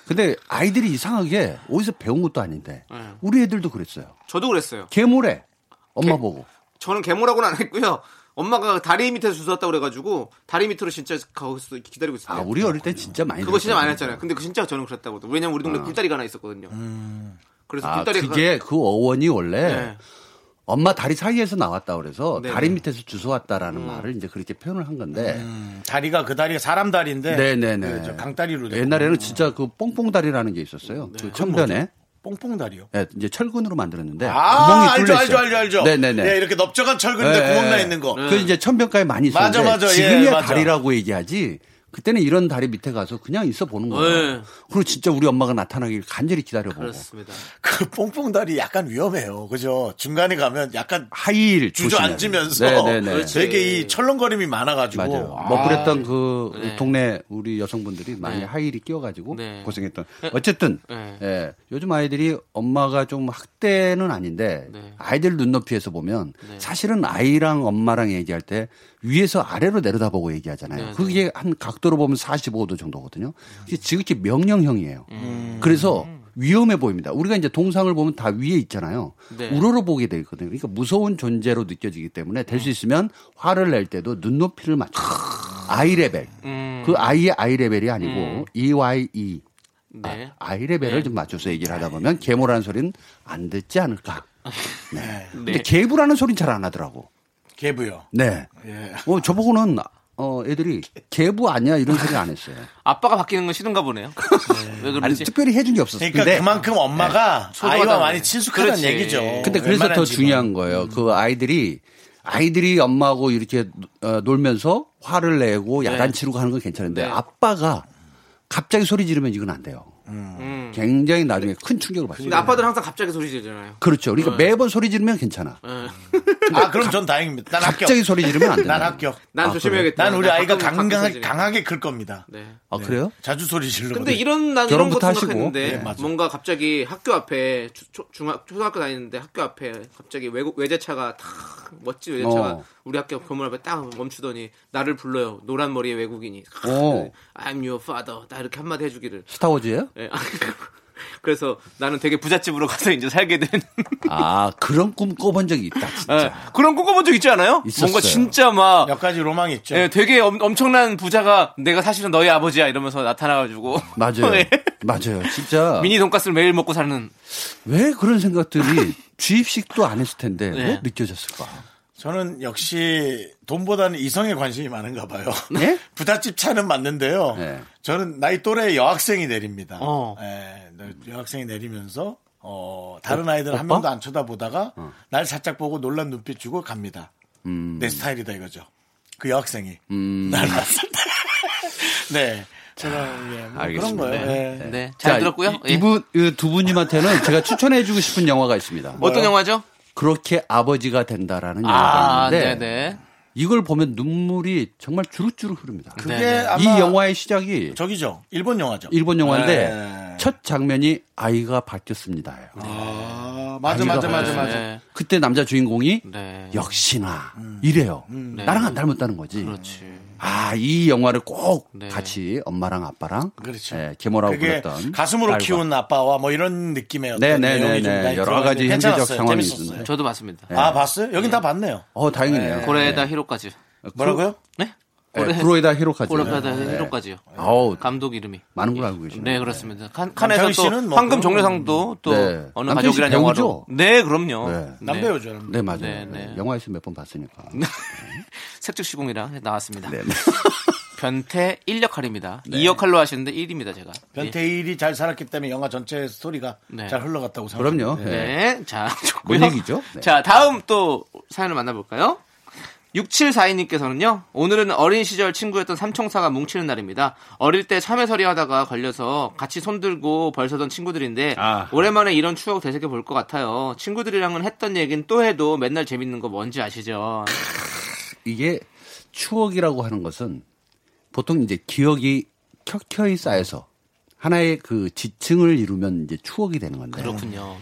근데 아이들이 이상하게 어디서 배운 것도 아닌데 네. 우리 애들도 그랬어요. 저도 그랬어요. 계모래. 엄마 보고. 저는 개모라고는 안 했고요. 엄마가 다리 밑에서 주웠다고 그래가지고 다리 밑으로 진짜 거기서 기다리고 있어요. 아, 우리 어릴 때 진짜 많이 그거 진짜 들었거든요. 많이 했잖아요. 근데 그 진짜 저는 그랬다고. 왜냐면 우리 동네 굴다리가 하나 있었거든요. 그래서 아, 굴다리가 그게 그 어원이 원래 네. 엄마 다리 사이에서 나왔다 그래서 네네. 다리 밑에서 음. 주워왔다라는 말을 이제 그렇게 표현을 한 건데. 다리가 그 다리가 사람 다리인데 네네네. 그 저 강다리로 돼. 옛날에는 진짜 그 뽕뽕다리라는 게 있었어요. 그 청변에 뽕뽕 다리요. 예, 이제 철근으로 만들었는데 아, 네. 구멍이 알죠, 뚫려 알죠, 있어요. 알죠, 알죠. 네네네. 예, 이렇게 넓적한 철근인데 구멍 나 있는 거. 그 이제 천변가에 많이 있었는데 맞아, 맞아. 예, 지금의 맞아. 다리라고 얘기하지. 그때는 이런 다리 밑에 가서 그냥 있어 보는 거예요. 네. 그리고 진짜 우리 엄마가 나타나길 간절히 기다려보고 그렇습니다. 그 뽕뽕 다리 약간 위험해요. 그죠? 중간에 가면 약간 하이힐 주저앉으면서 그렇죠. 조심해야 돼요. 네네네. 그렇지. 되게 이 철렁거림이 많아가지고 맞아요. 아, 먹부렸던 그 네. 동네 우리 여성분들이 많이 네. 하이힐이 끼워가지고 네. 고생했던. 어쨌든 네. 예, 요즘 아이들이 엄마가 좀 학대는 아닌데 네. 아이들 눈높이에서 보면 사실은 아이랑 엄마랑 얘기할 때 위에서 아래로 내려다보고 얘기하잖아요. 네, 그게 한 각도로 보면 45도 정도거든요. 이게 지극히 명령형이에요. 그래서 음. 위험해 보입니다. 우리가 이제 동상을 보면 다 위에 있잖아요. 네. 우러러 보게 돼 있거든요. 그러니까 무서운 존재로 느껴지기 때문에 될 수 있으면 화를 낼 때도 눈높이를 맞춰. 아이 레벨. 음. 그 아이의 아이 레벨이 아니고 EYE. 네. 아, 이 레벨을 좀 맞춰서 얘기를 하다 보면 계모라는 소리는 안 듣지 않을까. 네. 네. 근데 계부라는 소리는 잘 안 하더라고. 개부요. 네. 어, 저보고는 어, 애들이 개부 아니야 이런 소리 안 했어요. 아빠가 바뀌는 건 싫은가 보네요. 왜 아니 그러지? 특별히 해준 게 없었어요. 그러니까 그만큼 엄마가 소중하다는 아이와 거예요. 많이 친숙하다는 그렇지. 얘기죠. 네. 근데 그래서 웬만한 더 집은. 중요한 거예요. 그 아이들이 아이들이 엄마하고 이렇게 어, 놀면서 화를 내고 야단치고 하는 건 괜찮은데 네. 아빠가 갑자기 소리 지르면 이건 안 돼요. 음. 굉장히 나중에 큰 충격을 받습니다. 근데 아빠들 항상 갑자기 소리 지르잖아요. 네. 그렇죠. 그러니까 매번 소리 지르면 괜찮아. 음. 아, 그럼 전 다행입니다. 난 합격. 갑자기 소리 지르면 안 된다. 난 합격. 난 아, 조심해야겠다. 난 우리 아이가 가끔 강하게, 가끔 강하게 클 겁니다. 네. 아 그래요? 자주 소리 질러. 근데 이런 난 이런 것 결혼부터 하시고. 생각했는데 네, 맞아. 뭔가 갑자기 학교 앞에 주- 초, 중학 초등학교 다니는데 학교 앞에 갑자기 외국 외제차가 탁 멋진 외제차가 어. 우리 학교 건물 앞에 딱 멈추더니 나를 불러요 노란 머리의 외국인이 오. I'm your father 나 이렇게 한마디 해주기를 스타워즈예요? 예. 그래서 나는 되게 부잣집으로 가서 이제 살게 된 아 그런 꿈 꿔본 적이 있다. 예. 진짜. 그런 꿈 꿔본 적 있지 않아요? 있었어요. 뭔가 진짜 막 몇 가지 로망이 있죠. 예, 되게 엄, 엄청난 부자가 내가 사실은 너희 아버지야 이러면서 나타나가지고 맞아요. 예. 맞아요. 진짜 미니 돈가스를 매일 먹고 사는 왜 그런 생각들이 주입식도 안 했을 텐데 네. 왜 느껴졌을까? 저는 역시 돈보다는 이성에 관심이 많은가 봐요. 네? 부잣집 차는 맞는데요. 네. 저는 나이 또래의 여학생이 내립니다. 어. 예, 여학생이 내리면서 어, 다른 아이들 한 명도 안 쳐다보다가 날 살짝 보고 놀란 눈빛 주고 갑니다. 음, 내 스타일이다 이거죠. 그 여학생이 날 봤을 때. 네. 제가 예, 뭐 그런 아, 알겠습니다. 거예요. 예. 네, 잘 들었고요. 이, 예. 이분 이두 분님한테는 제가 추천해주고 싶은 영화가 있습니다. 뭐. 어떤 영화죠? 그렇게 아버지가 된다라는 아, 영화인데 네네. 이걸 보면 눈물이 정말 주룩주룩 흐릅니다. 그게 네, 네. 아마 이 영화의 시작이 저기죠. 일본 영화죠. 일본 영화인데 네. 첫 장면이 아이가 바뀌었습니다. 아, 맞아 맞아 맞아 맞아. 네. 그때 남자 주인공이 네. 역시나 음. 이래요. 네. 나랑 안 닮았다는 거지. 그렇지. 아, 이 영화를 꼭 네. 같이 엄마랑 아빠랑 그렇죠. 예, 계모라고 그게 불렀던 가슴으로 딸과. 키운 아빠와 뭐 이런 느낌의 어떤 네네네네. 내용이 좀 많이 여러 가지 들어가는데 현실적 괜찮았어요. 상황이 재밌었어요. 있는데. 저도 봤습니다. 아 봤어요? 여긴 다 봤네요. 어, 다행이네요. 고레에다 히로까지. 뭐라고요? 네? 예, 브로에다 히로카즈. 네. 고레에다 히로까지요. 아우, 감독 이름이. 많은 걸 알고 계시네. 네, 그렇습니다. 칸, 칸에서 남창희 또 씨는 뭐 황금 그런- 종려상도 또 네. 어느 남창희 씨 가족이라는 영화로. 배우죠? 네, 그럼요. 네. 남배우죠. 네, 맞아요. 네, 네. 예, 영화에서 몇 번 봤으니까. 네, 색즉시공이랑 나왔습니다. 변태 1역할입니다. 네. 2역할로 하시는데 1입니다, 제가. 변태일이 잘 살았기 때문에 영화 전체 스토리가 네. 잘 흘러갔다고 생각합니다. 그럼요. 예. 네. 자, 좋고요. 뭔 얘기죠? 네. 자, 다음 또 사연을 만나볼까요? 6742님께서는요, 오늘은 어린 시절 친구였던 삼총사가 뭉치는 날입니다. 어릴 때 참외서리 하다가 걸려서 같이 손들고 벌서던 친구들인데, 아. 오랜만에 이런 추억 되새겨 볼 것 같아요. 친구들이랑은 했던 얘긴 또 해도 맨날 재밌는 거 뭔지 아시죠? 이게 추억이라고 하는 것은 보통 이제 기억이 켜켜이 쌓여서 하나의 그 지층을 이루면 이제 추억이 되는 건데. 그렇군요.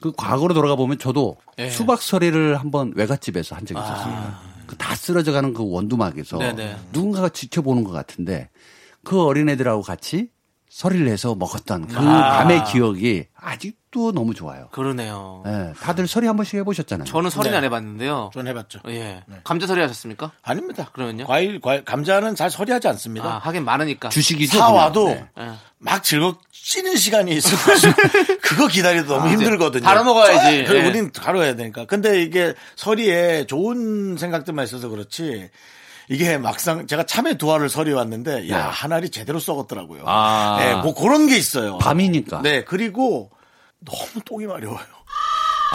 그 과거로 돌아가 보면 저도 예. 아. 수박 서리를 한번 외갓집에서 한 적이 있었습니다. 그 다 쓰러져가는 그 원두막에서 네네. 누군가가 지켜보는 것 같은데 그 어린애들하고 같이 서리를 해서 먹었던 그 아. 밤의 기억이 아직도 너무 좋아요. 그러네요. 예, 다들 서리 한 번씩 해보셨잖아요. 저는 서리는 네. 안 해봤는데요. 전 해봤죠. 예. 네. 감자서리 하셨습니까? 아닙니다. 그러면요? 과일, 과일, 감자는 잘 처리하지 아, 않습니다. 하긴 많으니까. 주식이죠. 사와도 그냥. 네. 예. 막 즐겁 찌는 시간이 있어가지고 그거 기다려도 너무 힘들거든요. 바로 먹어야지. 그 예. 우린 바로 해야 되니까. 근데 이게 서리에 좋은 생각들만 있어서 그렇지. 이게 막상 제가 참외 두 알을 서리 왔는데 야 한 알이 제대로 썩었더라고요. 아. 예, 뭐 그런 게 있어요. 밤이니까. 네 그리고 너무 똥이 마려워요.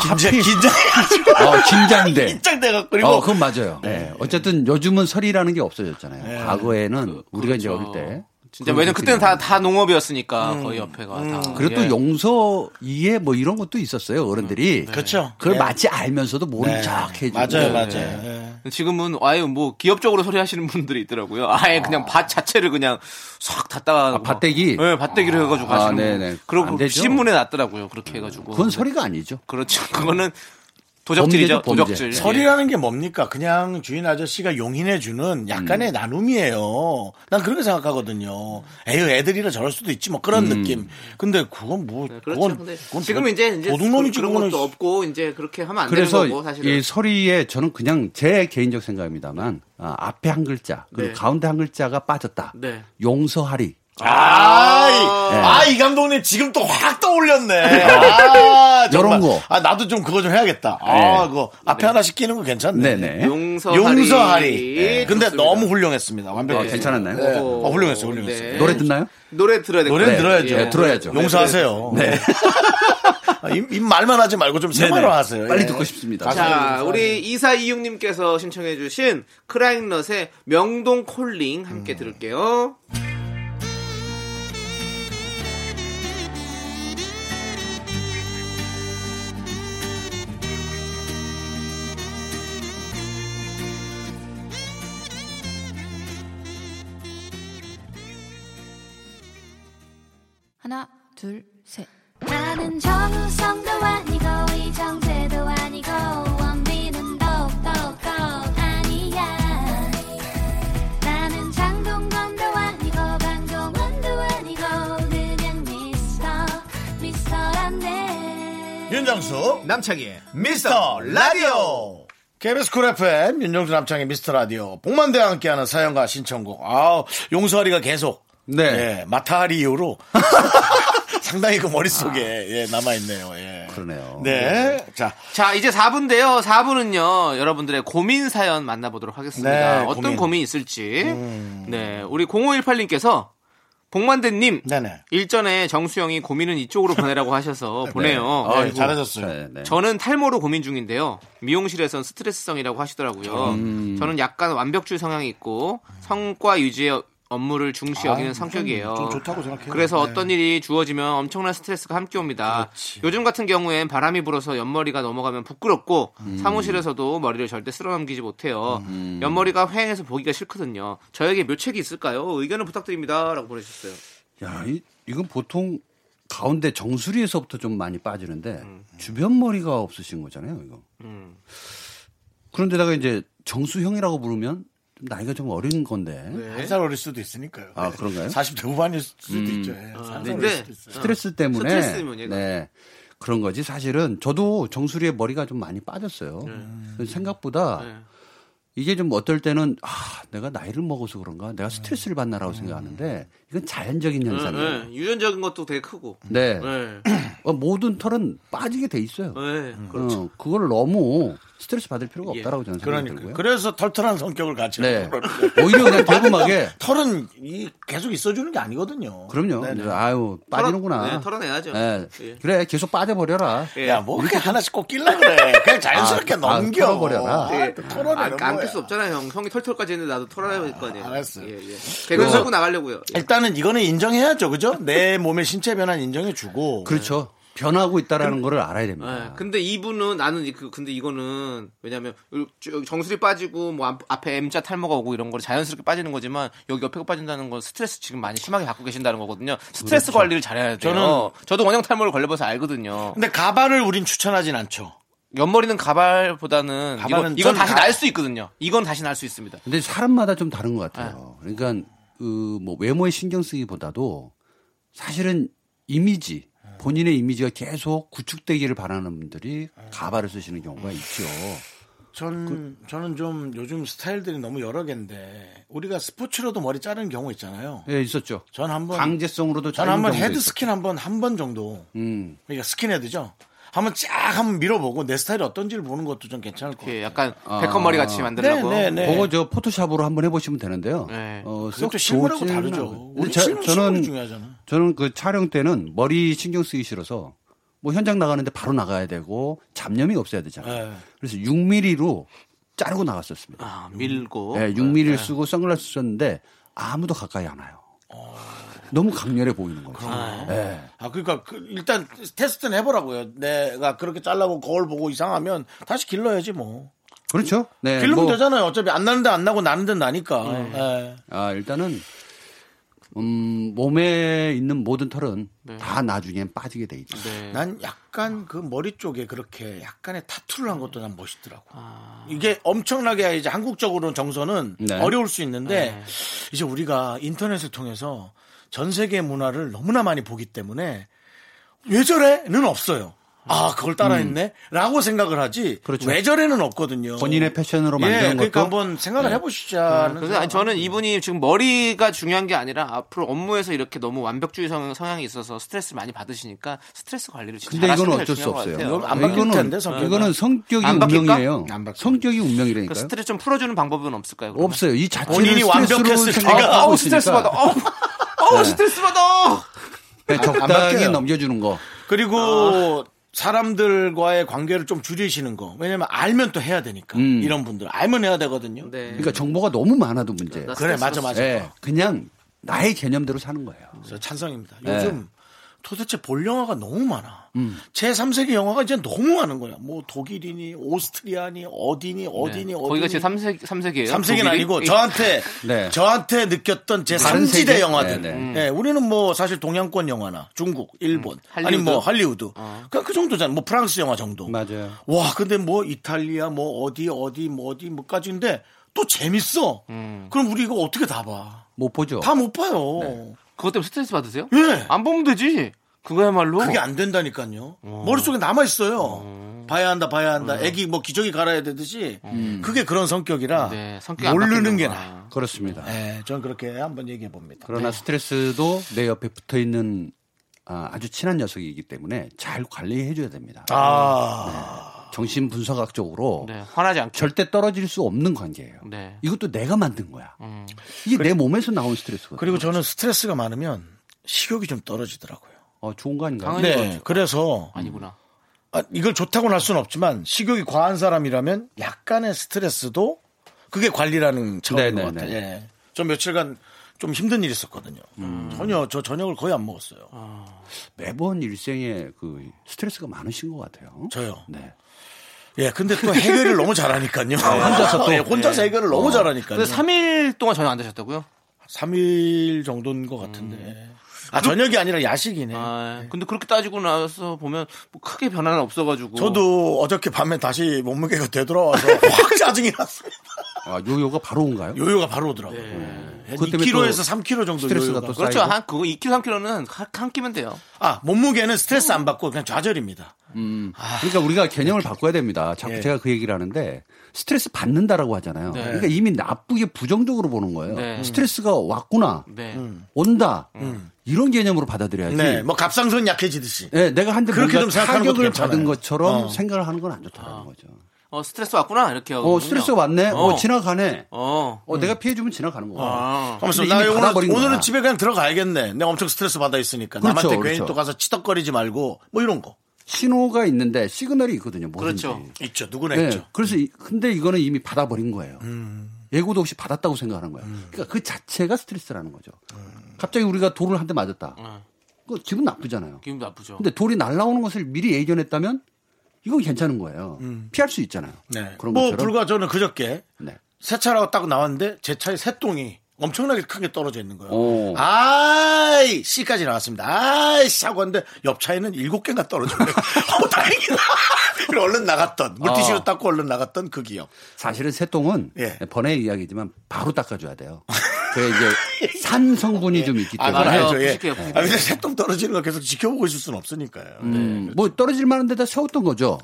긴장 하필- 긴장해가지고 어, 긴장돼. 긴장돼가 그리고 어, 그건 맞아요. 네. 어쨌든 요즘은 서리라는 게 없어졌잖아요. 과거에는 우리가 이제 네. 그렇죠. 어릴 때. 진짜 그런 왜냐면 그때는 느낌이 다, 다 농업이었으니까 거의 옆에가 다. 그리고 또 예. 용서 이해 뭐 이런 것도 있었어요 어른들이 그렇죠. 그걸 네. 마치 알면서도 모른 척 해주고 맞아요, 맞아요. 네. 예. 지금은 아예 뭐 기업적으로 소리하시는 분들이 있더라고요. 아예 그냥 밭 자체를 그냥 싹 닫다가 아, 밭대기? 네, 밭대기로 해가지고 아, 하시는 분. 네네. 안 그리고 되죠. 신문에 났더라고요. 그렇게 해가지고. 그건 서리가 아니죠 그렇죠. 그거는 도적질이죠. 범죄죠, 범죄. 도적질. 예. 설이라는 게 뭡니까? 그냥 주인 아저씨가 용인해주는 음. 약간의 나눔이에요. 난 그렇게 생각하거든요. 에휴, 애들이라 저럴 수도 있지 뭐 그런 음. 느낌. 근데 그건 뭐, 예. 그렇죠. 그건, 근데 그건 지금 도- 이제 이제 도둑놈이지 그런 그거는. 것도 없고 이제 그렇게 하면 안 그래서 되는 거고 사실은. 이 서리에 저는 그냥 제 개인적 생각입니다만 아, 앞에 한 글자 그리고 네. 가운데 한 글자가 빠졌다 네. 용서하리 아, 이- 네. 아, 이 감독님 지금 또 확 떠올렸네. 아, 정말. 요런 거. 네. 아, 나도 좀 그거 좀 해야겠다. 아, 그거. 앞에 하나 시키는 거 괜찮네. 네네. 네. 용서하리. 용서하리. 예. 근데 좋습니다. 너무 훌륭했습니다. 완벽히. 네, 괜찮았나요? 네. 오. 어, 훌륭했어요, 훌륭했어요. 네. 노래 듣나요? 노래 들어야 될 노래 것 같아요. 들어야죠. 예. 네, 들어야죠. 용서하세요. 네. 아, 입, 입 말만 하지 말고 좀 생활화 하세요. 빨리 예. 듣고 싶습니다. 가사 자, 우리 2426님께서 신청해주신 크라잉넛의 명동 콜링 함께 음. 들을게요. 하나, 둘, 셋. 나는 정우성도 아니고 이정재도 아니고 원빈은 더욱더 아니야 나는 장동건도 아니고 강동원도 아니고 그냥 미스터 미스터란데 윤정수 남창희의 미스터 라디오 KBS 쿨 FM 윤정수 남창의 미스터 라디오 복만대와 함께하는 사연과 신청곡 아 용서하리가 계속 네. 예, 마타하리 이후로 상당히 그 머릿속에 예, 남아있네요 예. 그러네요. 네자 자, 이제 4부인데요. 4부는요, 여러분들의 고민 사연 만나보도록 하겠습니다. 네, 어떤 고민. 음. 고민. 이 있을지. 네, 우리 0518님께서 복만대님. 네네 일전에 정수영이 고민은 이쪽으로 보내라고 하셔서 보내요. 네, 아이고. 잘하셨어요 네, 네. 저는 탈모로 고민 중인데요. 미용실에선 스트레스성이라고 하시더라고요. 음. 저는 약간 완벽주의 성향이 있고 성과 유지 업무를 중시 여기는 성격이에요. 아, 좀 좋다고 생각해요 그래서 네. 어떤 일이 주어지면 엄청난 스트레스가 함께 옵니다. 요즘 같은 경우엔 바람이 불어서 옆머리가 넘어가면 부끄럽고 음. 사무실에서도 머리를 절대 쓸어 넘기지 못해요. 옆머리가 휑해서 보기가 싫거든요. 저에게 묘책이 있을까요? 의견을 부탁드립니다라고 보내주셨어요. 야, 이, 이건 보통 가운데 정수리에서부터 좀 많이 빠지는데 음, 주변 머리가 없으신 거잖아요, 이거. 그런데다가 이제 정수형이라고 부르면 좀 나이가 좀 어린 건데 네. 한살 어릴 수도 있으니까요 아, 그런가요? 음. 네. 40대 후반일 수도 있죠 예. 한살 어릴 근데 수도 있어요. 스트레스 때문에 아, 스트레스 때문에 얘가. 네. 그런 거지 사실은 저도 정수리에 머리가 좀 많이 빠졌어요. 그래서 생각보다 네. 이게 좀 어떨 때는 아, 내가 나이를 먹어서 그런가? 내가 스트레스를 받나라고 생각하는데 이건 자연적인 현상이에요. 네, 유전적인 것도 되게 크고. 네. 네. 어, 모든 털은 빠지게 돼 있어요. 네. 어, 그걸 너무 스트레스 받을 필요가 예. 없다라고 저는 그렇죠. 그러니까 그렇죠. 생각들고요. 그래서 털털한 성격을 가지고 네. 오히려 그냥 대범하게 털은 이 계속 있어주는 게 아니거든요 그럼요. 네네. 아유 빠지는구나. 네, 털어내야죠. 네. 예. 그래 계속 빠져버려라. 예. 야, 뭐 그렇게 하나씩 꼭 끼려 그래. 그냥 자연스럽게 네. 아, 넘겨. 네. 아, 털어버려라. 예. 털어내는 아, 안낄 거야. 수 없잖아요, 형. 형이 털털까지 했는데 나도 털어야 될 거 아니에요. 아, 알았어요. 예, 예. 개그 하고 나가려고요. 예. 일단은 이거는 인정해야죠, 그죠? 내 몸의 신체 변화는 인정해주고. 그렇죠. 변하고 네. 있다라는 거를 알아야 예, 됩니다. 근데 이분은 나는 이- 그 근데 이거는 왜냐면 요- 쭉 정수리 빠지고 뭐 앞- 앞에 M자 탈모가 오고 이런 걸 자연스럽게 빠지는 거지만 여기 옆에가 빠진다는 건 스트레스 지금 많이 심하게 받고 계신다는 거거든요. 스트레스 관리를 잘해야 돼요. 저는 저도 원형 탈모를 걸려봐서 알거든요. 근데 가발을 우린 추천하진 않죠. 옆머리는 가발보다는 가발은 이건, 이건 좀 다시 가- 날 수 있거든요. 이건 다시 날 수 있습니다. 근데 사람마다 좀 다른 것 네. 같아요. 그러니까 그 뭐 외모에 신경 쓰기보다도 사실은 이미지 본인의 이미지가 계속 구축되기를 바라는 분들이 네. 가발을 쓰시는 경우가 있죠. 전, 그 저는 좀 요즘 스타일들이 너무 여러 개인데, 우리가 스포츠로도 머리 자르는 경우 있잖아요. 예, 있었죠. 전 한 번. 강제성으로도 전 자른 한번 경우도 헤드 있었고. 스킨 한 번, 한 번 정도. 음. 그러니까 스킨헤드죠? 한번 쫙 한번 밀어보고 내 스타일이 어떤지를 보는 것도 좀 괜찮을 것 같아요. 예, 약간 백헌 머리 같이 만들려고. 네, 네. 그거 저 포토샵으로 한번 해보시면 되는데요. 네. 어, 그것도 썩 실물하고 좋지는 다르죠. 않고. 우리 근데 저- 실물, 실물이 저는 중요하잖아. 저는 그 촬영 때는 머리 신경 쓰기 싫어서 뭐 현장 나가는데 바로 나가야 되고 잡념이 없어야 되잖아요. 네. 그래서 6mm로 자르고 나갔었습니다. 아, 음. 밀고. 어? 네, 6mm를 쓰고 선글라스 썼는데 아무도 가까이 안 와요. 어. 너무 강렬해 보이는 거죠. 네. 아, 그러니까 그 일단 테스트는 해보라고요. 내가 그렇게 잘라고 거울 보고 이상하면 다시 길러야지 뭐. 그렇죠. 네, 길르면 뭐, 되잖아요. 어차피 안 나는데 안 나고 나는데 나니까. 네. 예. 아, 일단은 음, 몸에 있는 모든 털은 네. 다 나중엔 빠지게 돼 있죠. 네. 난 약간 그 머리 쪽에 그렇게 약간의 타투를 한 것도 난 멋있더라고. 아. 이게 엄청나게 이제 한국적으로는 정서는 네. 어려울 수 있는데 이제 우리가 인터넷을 통해서 전 세계 문화를 너무나 많이 보기 때문에 왜 저래는 없어요. 아, 그걸 따라했네? 라고 생각을 하지. 음. 그렇죠. 외절에는 없거든요. 본인의 패션으로 만드는 예, 그러니까 것도 네. 한번 생각을 해보시자. 네. 그래서 아니, 저는 이분이 지금 머리가 중요한 게 아니라 앞으로 업무에서 이렇게 너무 완벽주의 성, 성향이 있어서 스트레스 많이 받으시니까 스트레스 관리를 진짜 근데 잘하시는 이건 게 어쩔 수 중요한 것 없어요. 같아요. 네. 안 바뀔 이거는- 텐데, 성격은. 이거는 성격이 안 바뀔까? 운명이에요. 안 바뀔까? 성격이 그 운명이라니까요. 스트레스 좀 풀어주는 방법은 없을까요? 그러면? 없어요. 이 자체를 본인이 완벽했을 스트레스로 때가- 생각하고 어우, 있으니까 스트레스 받아. 어우, 어우, 스트레스 받아. 그냥 네, 적당히 바뀌어요. 넘겨주는 거. 아. 그리고 사람들과의 관계를 좀 줄이시는 거. 왜냐면 알면 또 해야 되니까. 음. 이런 분들. 알면 해야 되거든요. 네. 그러니까 정보가 너무 많아도 문제. 나 그래, 스트레스 맞아, 받았어. 맞아. 예, 그냥 나의 개념대로 사는 거예요. 네. 그래서 찬성입니다. 요즘 도대체 볼 영화가 너무 많아. 음. 제3세계 영화가 이제 너무 많은 거야. 뭐 독일이니, 오스트리아니, 어디니, 어디니, 어디니. 네. 거기가 제 3세, 3세기예요 3세기는 아니고 저한테 네. 저한테 느꼈던 네. 제 다른 3지대 세계? 영화들. 네, 네. 음. 예, 우리는 뭐 사실 동양권 영화나 중국, 일본, 음. 할리우드? 어. 아니 뭐 할리우드. 그러니까 그 정도잖아. 뭐 프랑스 영화 정도. 맞아요. 와, 근데 뭐 이탈리아 뭐 어디 어디 뭐 어디 뭐까지인데 또 재밌어. 그럼 우리 이거 어떻게 다 봐? 못 보죠. 다 못 봐요. 그것 때문에 스트레스 받으세요? 예. 안 보면 되지. 그거야말로. 그게 안 된다니까요. 머릿속에 남아 뭐. 어. 있어요. 봐야 한다, 봐야 한다. 애기 뭐 기저귀 갈아야 되듯이 그게 그런 성격이라 네, 성격이 안 모르는 바뀌는 게 거야. 나아요. 그렇습니다. 예, 저는 그렇게 한번 얘기해 봅니다. 그러나 네. 스트레스도 내 옆에 붙어 있는 아, 주 친한 녀석이기 때문에 잘 관리해 줘야 됩니다. 아, 정신 분석학적으로 네, 화나지 않게. 절대 떨어질 수 없는 관계예요. 네. 음, 이것도 내가 만든 거야. 이게 내 몸에서 나온 스트레스거든. 그리고 저는 스트레스가 많으면 식욕이 좀 떨어지더라고요. 어, 좋은 거 아닌가요? 당연히- 네, 그래서 아니구나. 아, 이걸 좋다고는 할 수는 없지만 식욕이 과한 사람이라면 약간의 스트레스도 그게 관리라는 차원인 네, 것 네, 같아요. 네. 예. 저 며칠간 좀 힘든 일이 있었거든요. 음. 전혀 저 저녁을 거의 안 먹었어요. 아. 매번 일생에 그 스트레스가 많으신 것 같아요. 저요. 네. 예, 근데 또 해결을 너무 잘하니까요. 아, 혼자서 또. 어. 예, 혼자서 해결을 너무 잘하니까요. 근데 3일 동안 전혀 안 되셨다고요? 3일 정도인 것 같은데. 음. 아, 저녁이 아니라 야식이네. 아, 근데 그렇게 따지고 나서 보면 뭐 크게 변화는 없어가지고. 저도 어저께 밤에 다시 몸무게가 되돌아와서 확 짜증이 났어요. 아, 요요가 바로 온가요? 요요가 바로 오더라고요. 네. 그것 때문에 2kg에서 또 3kg 정도 스트레스가 요요가. 또 쌓- 그렇죠. 쌓이고. 한, 그거 2kg, 3kg는 한, 한 끼면 돼요. 아, 몸무게는 스트레스 안 받고 그냥 좌절입니다. 그러니까 우리가 개념을 바꿔야 됩니다. 자꾸 아. 예. 제가 그 얘기를 하는데 스트레스 받는다라고 하잖아요. 네. 그러니까 이미 나쁘게 부정적으로 보는 거예요. 음. 네. 스트레스가 왔구나, 네. 음. 온다 이런 개념으로 받아들여야지. 음. 네, 뭐 갑상선 약해지듯이. 예, 내가 한대 그렇게 뭔가 좀 생각하는 것도 타격을 괜찮아요. 받은 것처럼 어. 생각을 하는 건 안 좋다는 거죠. 어, 스트레스 왔구나. 이렇게 하고. 어, 스트레스 왔네. 어, 어. 지나가네. 어. 어, 내가 피해 주면 지나가는 거고. 아. 가만있어. 근데 나 이미 오늘, 받아버린 거야. 오늘은 집에 그냥 들어가야겠네. 내가 엄청 스트레스 받아 있으니까. 그렇죠, 남한테 괜히 그렇죠. 또 가서 치덕거리지 말고 뭐 이런 거. 신호가 있는데 시그널이 있거든요. 뭐든지. 그렇죠. 있죠. 누구나 예, 있죠. 음. 그래서 이- 근데 이거는 이미 받아버린 거예요. 예고도 없이 받았다고 생각하는 거예요. 그러니까 그 자체가 스트레스라는 거죠. 음. 갑자기 우리가 돌을 한 대 맞았다. 음. 그 기분 나쁘잖아요. 기분도 나쁘죠. 근데 돌이 날라오는 것을 미리 예견했다면 이건 괜찮은 거예요. 피할 수 있잖아요. 음. 네. 그런 뭐 것처럼. 불과 저는 그저께 네. 세차라고 딱 나왔는데 제 차에 새똥이 엄청나게 크게 떨어져 있는 거예요. 오. 아이 씨까지 나왔습니다. 아이씨 하고 왔는데 옆 차에는 일곱 개가 떨어져 있는 거예요. 어, 다행이다. 그래, 얼른 나갔던 물티슈로 어. 닦고 얼른 나갔던 그 기억. 사실은 새똥은 네, 예. 번외 이야기지만 바로 닦아줘야 돼요. 그 이제 산 성분이 좀 있기 아, 때문에. 그건 알죠. 예. 부실게요, 부실게요. 아, 근데 새똥 떨어지는 거 계속 지켜보고 있을 수는 없으니까요. 네. 음, 뭐 떨어질 만한 데다 세웠던 거죠.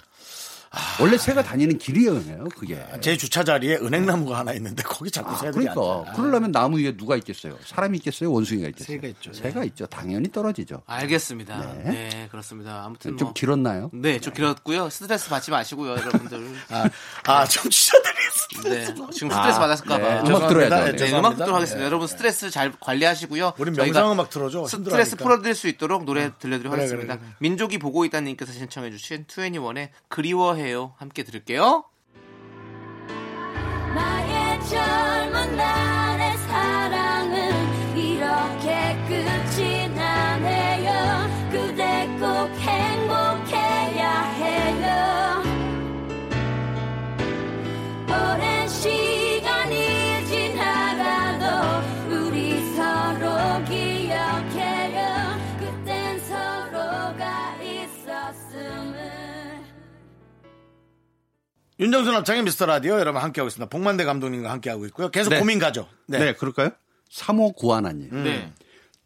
아. 원래 새가 다니는 길이에요, 그게. 제 주차 자리에 은행나무가 하나 있는데 거기 자꾸 아, 새들이 그러니까 앉아요. 그러려면 나무 위에 누가 있겠어요? 사람이 있겠어요? 원숭이가 있겠어요? 새가 있죠. 네. 새가 있죠. 당연히 떨어지죠. 알겠습니다. 네. 그렇습니다. 음, 아무튼 좀 뭐. 길었나요? 네, 좀 길었고요. 스트레스 받지 마시고요, 여러분들. 아, 아 청취자들이 네, 스트레스 지금 스트레스 네, 받았을까봐. 음악 들어야 돼요. 네, 죄송합니다. 음악 듣도록 하겠습니다. 여러분 스트레스 잘 관리하시고요. 우린 저희가 명상음악 틀어줘. 스트레스 힘들어하니까. 아, 풀어드릴 수 있도록 노래 들려드리도록 그래, 하겠습니다. 그래, 그래. 민족이 보고 있다는 님께서 신청해주신 21의 그리워해요. 함께 들을게요. 나의 젊은 날의 사랑은 이렇게 끝이 나네요 그대 꼭 행복해야 해요 오랜 시간이 지나가도 우리 서로 기억해요 그땐 서로가 있었음을 윤정수 남창의 미스터 라디오 여러분 함께하고 있습니다. 복만대 감독님과 함께하고 있고요. 계속 네. 고민 가죠. 네. 음. 그럴까요? 3호 고하나님. 네.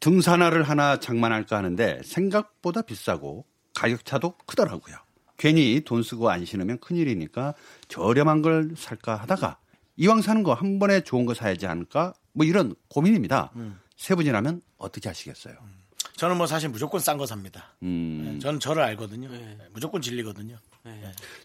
등산화를 하나 장만할까 하는데 생각보다 비싸고 가격차도 크더라고요. 괜히 돈 쓰고 안 신으면 큰일이니까 저렴한 걸 살까 하다가 이왕 사는 거 한 번에 좋은 거 사야지 않을까 뭐 이런 고민입니다. 음. 세 분이라면 어떻게 하시겠어요? 저는 뭐 사실 무조건 싼 거 삽니다. 음. 네, 저는 저를 알거든요. 네, 무조건 진리거든요.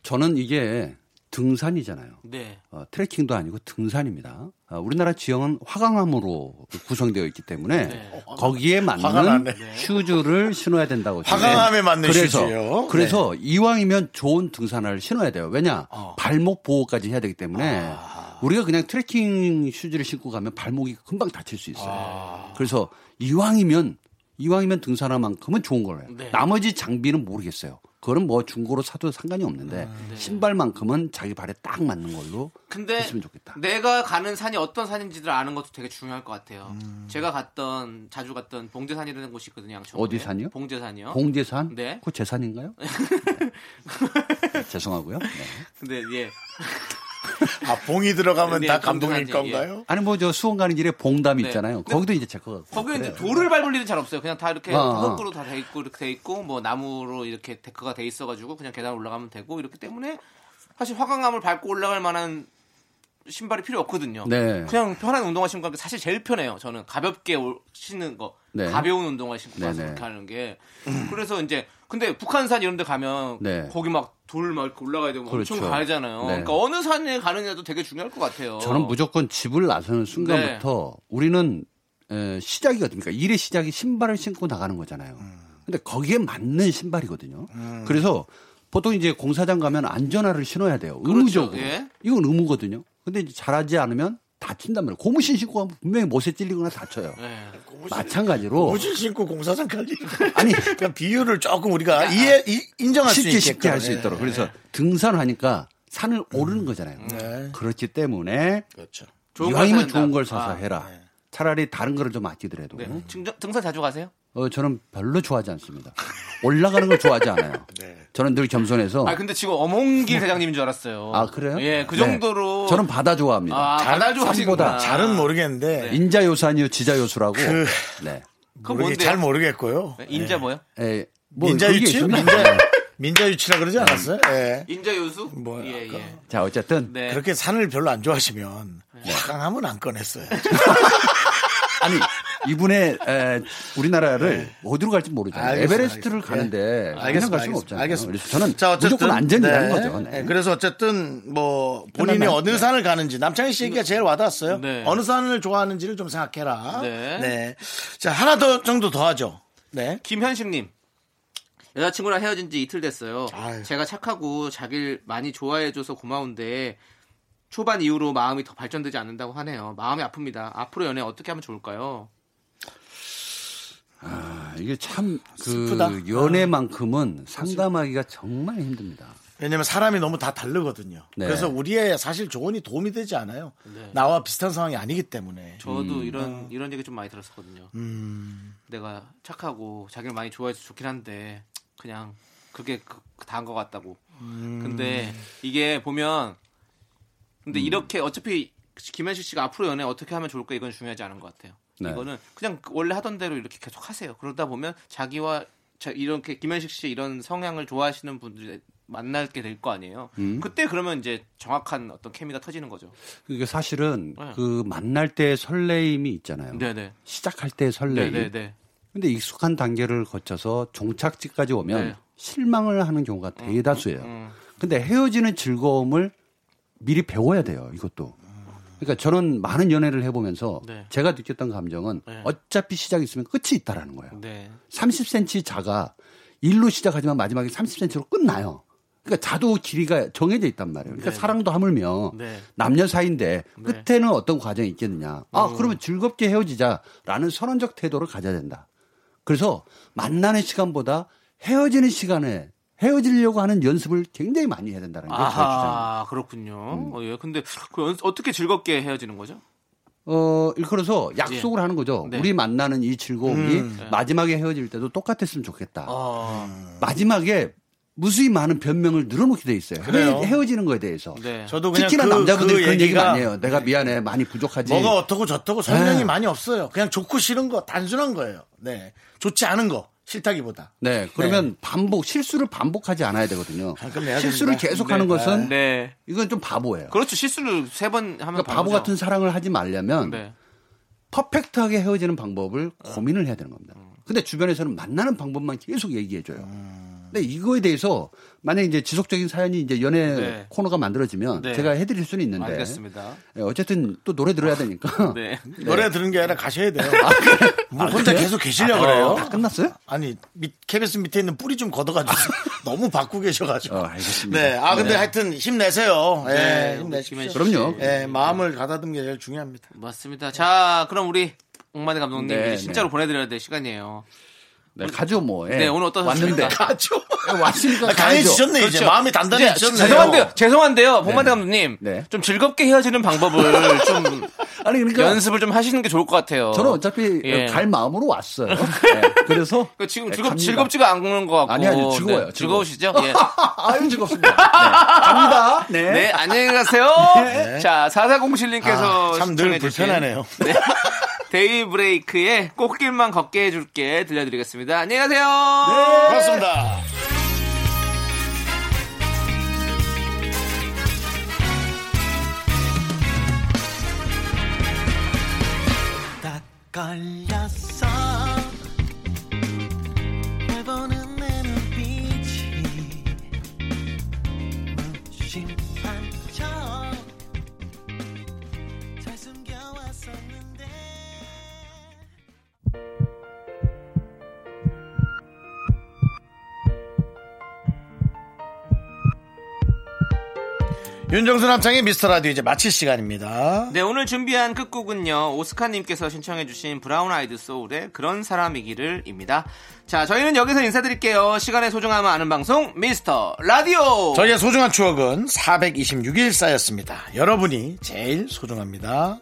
저는 이게 등산이잖아요. 네. 어, 트레킹도 아니고 등산입니다. 아, 우리나라 지형은 화강암으로 구성되어 있기 때문에 거기에 네. 화가 맞는 나네. 슈즈를 신어야 된다고. 저는 화강암에 맞는 그래서, 슈즈요? 네. 그래서 이왕이면 좋은 등산화를 신어야 돼요. 왜냐? 발목 보호까지 해야 되기 때문에 아. 우리가 그냥 트레킹 슈즈를 신고 가면 발목이 금방 다칠 수 있어요. 아. 그래서 이왕이면 이왕이면 등산화만큼은 좋은 거예요. 네. 나머지 장비는 모르겠어요. 그거는 뭐 중고로 사도 상관이 없는데 신발만큼은 자기 발에 딱 맞는 걸로 아, 네. 근데 했으면 좋겠다. 내가 가는 산이 어떤 산인지를 아는 것도 되게 중요할 것 같아요. 음. 제가 갔던 자주 갔던 봉제산이라는 곳이 있거든요. 양천구에. 어디 산이요? 봉제산이요. 봉제산? 네. 그거 제 산인가요? 네, 죄송하고요. 네. 근데 예. 아 봉이 들어가면 네, 다 감동일 감동하지, 예. 건가요? 아니 뭐 저 수원 가는 길에 봉담 이 네. 있잖아요. 근데 거기도 이제 제 거가. 거기는 이제 돌을 밟을 일은 잘 없어요. 그냥 다 이렇게 아, 아. 흙으로 다 돼 있고 이렇게 돼 있고 뭐 나무로 이렇게 데크가 돼 있어가지고 그냥 계단 올라가면 되고 이렇기 때문에 사실 화강암을 밟고 올라갈 만한 신발이 필요 없거든요. 네. 그냥 편한 운동화 신고 가는 게 사실 제일 편해요. 저는 가볍게 올- 신는 거, 네. 가벼운 운동화 신고 가서 네네. 그렇게 하는 게 그래서 이제 근데 북한산 이런 데 가면 네. 거기 막 돌 막 이렇게 올라가야 되고 엄청 그렇죠. 가야잖아요. 네. 그러니까 어느 산에 가느냐도 되게 중요할 것 같아요. 저는 무조건 집을 나서는 순간부터 네. 우리는 에, 시작이 어딥니까? 일의 시작이 신발을 신고 나가는 거잖아요. 음. 근데 거기에 맞는 신발이거든요. 그래서 보통 이제 공사장 가면 안전화를 신어야 돼요. 의무적으로. 예. 이건 의무거든요. 근데 이제 잘하지 않으면 다친단 말이에요. 고무신 신고 가면 분명히 못에 찔리거나 다쳐요. 네. 마찬가지로 무진 신고 공사장 갈리. 아니 그러니까 비유를 조금 우리가 이해 이- 인정할 수 예. 쉽게 있게 쉽게 할 예, 수 있도록. 그래서 등산하니까 음. 산을 오르는 거잖아요. 그렇기 때문에 네. 그렇죠. 좋은 걸 이왕이면 사야 된다. 좋은 걸 사서 아, 해라. 차라리 다른 거를 좀 아끼더라도. 네. 증정- 등산 자주 가세요? 어, 저는 별로 좋아하지 않습니다. 올라가는 걸 좋아하지 않아요. 네. 저는 늘 겸손해서. 아 근데 지금 어몽길 대장님인 줄 알았어요. 어. 네. 아, 그래요? 예, 그 네. 정도로. 저는 바다 좋아합니다. 아, 바다 산보다 좋아하시구나. 잘은 모르겠는데 인자요산이요, 지자요수라고. 그 네. 그건 모르겠- 뭔데요? 잘 모르겠고요. 네, 인자 뭐요? 에, 뭐 그게 민자유치 있습니다. 네. 민자 민자유치라 그러지 않았어요? 예. 인자 요수? 뭐야, 예, 예. 자, 어쨌든. 네. 그렇게 산을 별로 안 좋아하시면 화강함은 안 꺼냈어요. 아니, 이분의 에, 우리나라를 어디로 갈지 모르잖아요. 알겠습니다. 에베레스트를 알겠습니다. 예. 가는데 그냥 알겠습니다. 갈 수가 알겠습니다. 없잖아요. 알겠습니다. 그래서 저는 무조건 안전이라는 거죠. 네. 예, 그래서 어쨌든 뭐 본인이 끝났나요? 어느 네. 산을 가는지 남창희 씨 얘기가 제일 와닿았어요. 네. 어느 산을 좋아하는지를 좀 생각해라. 네. 자 하나 더 정도 더 하죠. 네. 김현식님. 여자친구랑 헤어진 지 이틀 됐어요. 아유. 제가 착하고 자기를 많이 좋아해줘서 고마운데 초반 이후로 마음이 더 발전되지 않는다고 하네요. 마음이 아픕니다. 앞으로 연애 어떻게 하면 좋을까요? 아, 이게 참 슬프다. 아. 그 연애만큼은 상담하기가 정말 힘듭니다. 왜냐면 사람이 너무 다 다르거든요. 네. 그래서 우리의 사실 조언이 도움이 되지 않아요. 네. 나와 비슷한 상황이 아니기 때문에. 저도 이런 이런 얘기 좀 많이 들었었거든요. 음. 내가 착하고 자기를 많이 좋아해서 좋긴 한데 그냥 그게 그, 그 다인 것 같다고. 음. 근데 이게 보면 근데 이렇게 어차피 김현식 씨가 앞으로 연애 어떻게 하면 좋을까 이건 중요하지 않은 것 같아요. 네. 이거는 그냥 원래 하던 대로 이렇게 계속 하세요. 그러다 보면 자기와 자, 이렇게 김현식 씨 이런 성향을 좋아하시는 분들이 만나게 될 거 아니에요. 그때 그러면 이제 정확한 어떤 케미가 터지는 거죠. 그게 사실은 네. 그 만날 때의 설레임이 있잖아요. 네네. 시작할 때의 설레임. 네네네. 근데 익숙한 단계를 거쳐서 종착지까지 오면 네. 실망을 하는 경우가 대다수예요. 음. 근데 헤어지는 즐거움을 미리 배워야 돼요. 이것도. 그러니까 저는 많은 연애를 해보면서 네. 제가 느꼈던 감정은 네. 어차피 시작이 있으면 끝이 있다라는 거예요. 네. 30cm 자가 일로 시작하지만 마지막에 30cm로 끝나요. 그러니까 자도 길이가 정해져 있단 말이에요. 그러니까 네. 사랑도 하물며 네. 남녀 사이인데 네. 끝에는 어떤 과정이 있겠느냐. 아, 음. 그러면 즐겁게 헤어지자라는 선언적 태도를 가져야 된다. 그래서 만나는 시간보다 헤어지는 시간에 헤어지려고 하는 연습을 굉장히 많이 해야 음. 된다는 게 제 주장입니다. 아 그렇군요. 어, 예. 근데 그 연- 어떻게 즐겁게 헤어지는 거죠? 어, 일컬어서 예. 약속을 하는 거죠. 네. 우리 만나는 이 즐거움이 음. 네. 마지막에 헤어질 때도 똑같았으면 좋겠다. 아, 마지막에 무수히 많은 변명을 늘어놓게 돼 있어요. 그래요. 헤- 헤어지는 거에 대해서. 네. 저도 그냥 특히나 그- 남자분들이 그 그런 얘기가 얘기가 아니에요. 내가 미안해. 많이 부족하지. 뭐가 어떻고 저떻고 설명이 네. 많이 없어요. 그냥 좋고 싫은 거 단순한 거예요. 네. 좋지 않은 거 싫다기보다. 네, 그러면 반복 실수를 반복하지 않아야 되거든요. 그럼 내야 실수를 됩니다. 계속하는 것은 네. 이건 좀 바보예요. 그렇죠. 실수를 세 번 하면 그러니까 바보 바보죠. 같은 사랑을 하지 말려면 네. 퍼펙트하게 헤어지는 방법을 고민을 해야 되는 겁니다. 근데 주변에서는 만나는 방법만 계속 얘기해줘요. 음. 근데 이거에 대해서 만약에 이제 지속적인 사연이 이제 연애 네. 코너가 만들어지면 네. 제가 해드릴 수는 있는데. 알겠습니다. 예, 어쨌든 또 노래 들어야 되니까. 네. 노래 들은 게 아니라 가셔야 돼요. 뭐 혼자 계속 계시려고 그래요? 다 끝났어요? 아니, 밑, KBS 밑에 있는 뿌리 좀 걷어가지고 너무 받고 계셔가지고. 어, 알겠습니다. 네, 아, 근데 하여튼 힘내세요. 예, 네, 힘내십시오. 우리 그럼요. 예, 마음을 가다듬는 게 제일 중요합니다. 맞습니다. 자, 그럼 우리 옥만대 감독님 네, 이제 진짜로 네. 보내드려야 될 시간이에요. 네, 가죠 뭐. 예. 네, 오늘 어떠셨습니까? 왔는데. 가죠. 예, 왔으니까 가야죠. 아, 강해지셨네, 이제. 그렇죠. 마음이 단단해지셨네요. 이제 죄송한데요, 죄송한데요, 복만대 감독님. 네. 좀 즐겁게 헤어지는 방법을 좀 아니 그러니까 연습을 좀 하시는 게 좋을 것 같아요. 저는 어차피 예. 갈 마음으로 왔어요. 예, 그래서 그러니까 지금 네, 즐겁, 갑니다. 즐겁지가 않은 것 같고. 아니, 아니, 즐거워요, 네, 즐거워요. 즐거우시죠? 예. 아유 즐겁습니다. 네, 갑니다. 네. 네, 안녕히 가세요. 자, 4407님께서. 아, 참늘 불편하네요. 데이브레이크의 꽃길만 걷게 해줄게 들려드리겠습니다. 안녕히 가세요. 네. 고맙습니다. 딱 걸렸어 널 보는 내 눈빛이 무심한 척잘 숨겨왔었는데 윤정수 남창의 미스터 라디오 이제 마칠 시간입니다. 네, 오늘 준비한 끝곡은요, 오스카님께서 신청해주신 브라운 아이드 소울의 그런 사람이기를입니다. 자, 저희는 여기서 인사드릴게요. 시간의 소중함을 아는 방송, 미스터 라디오! 저희의 소중한 추억은 426일 쌓였습니다. 여러분이 제일 소중합니다.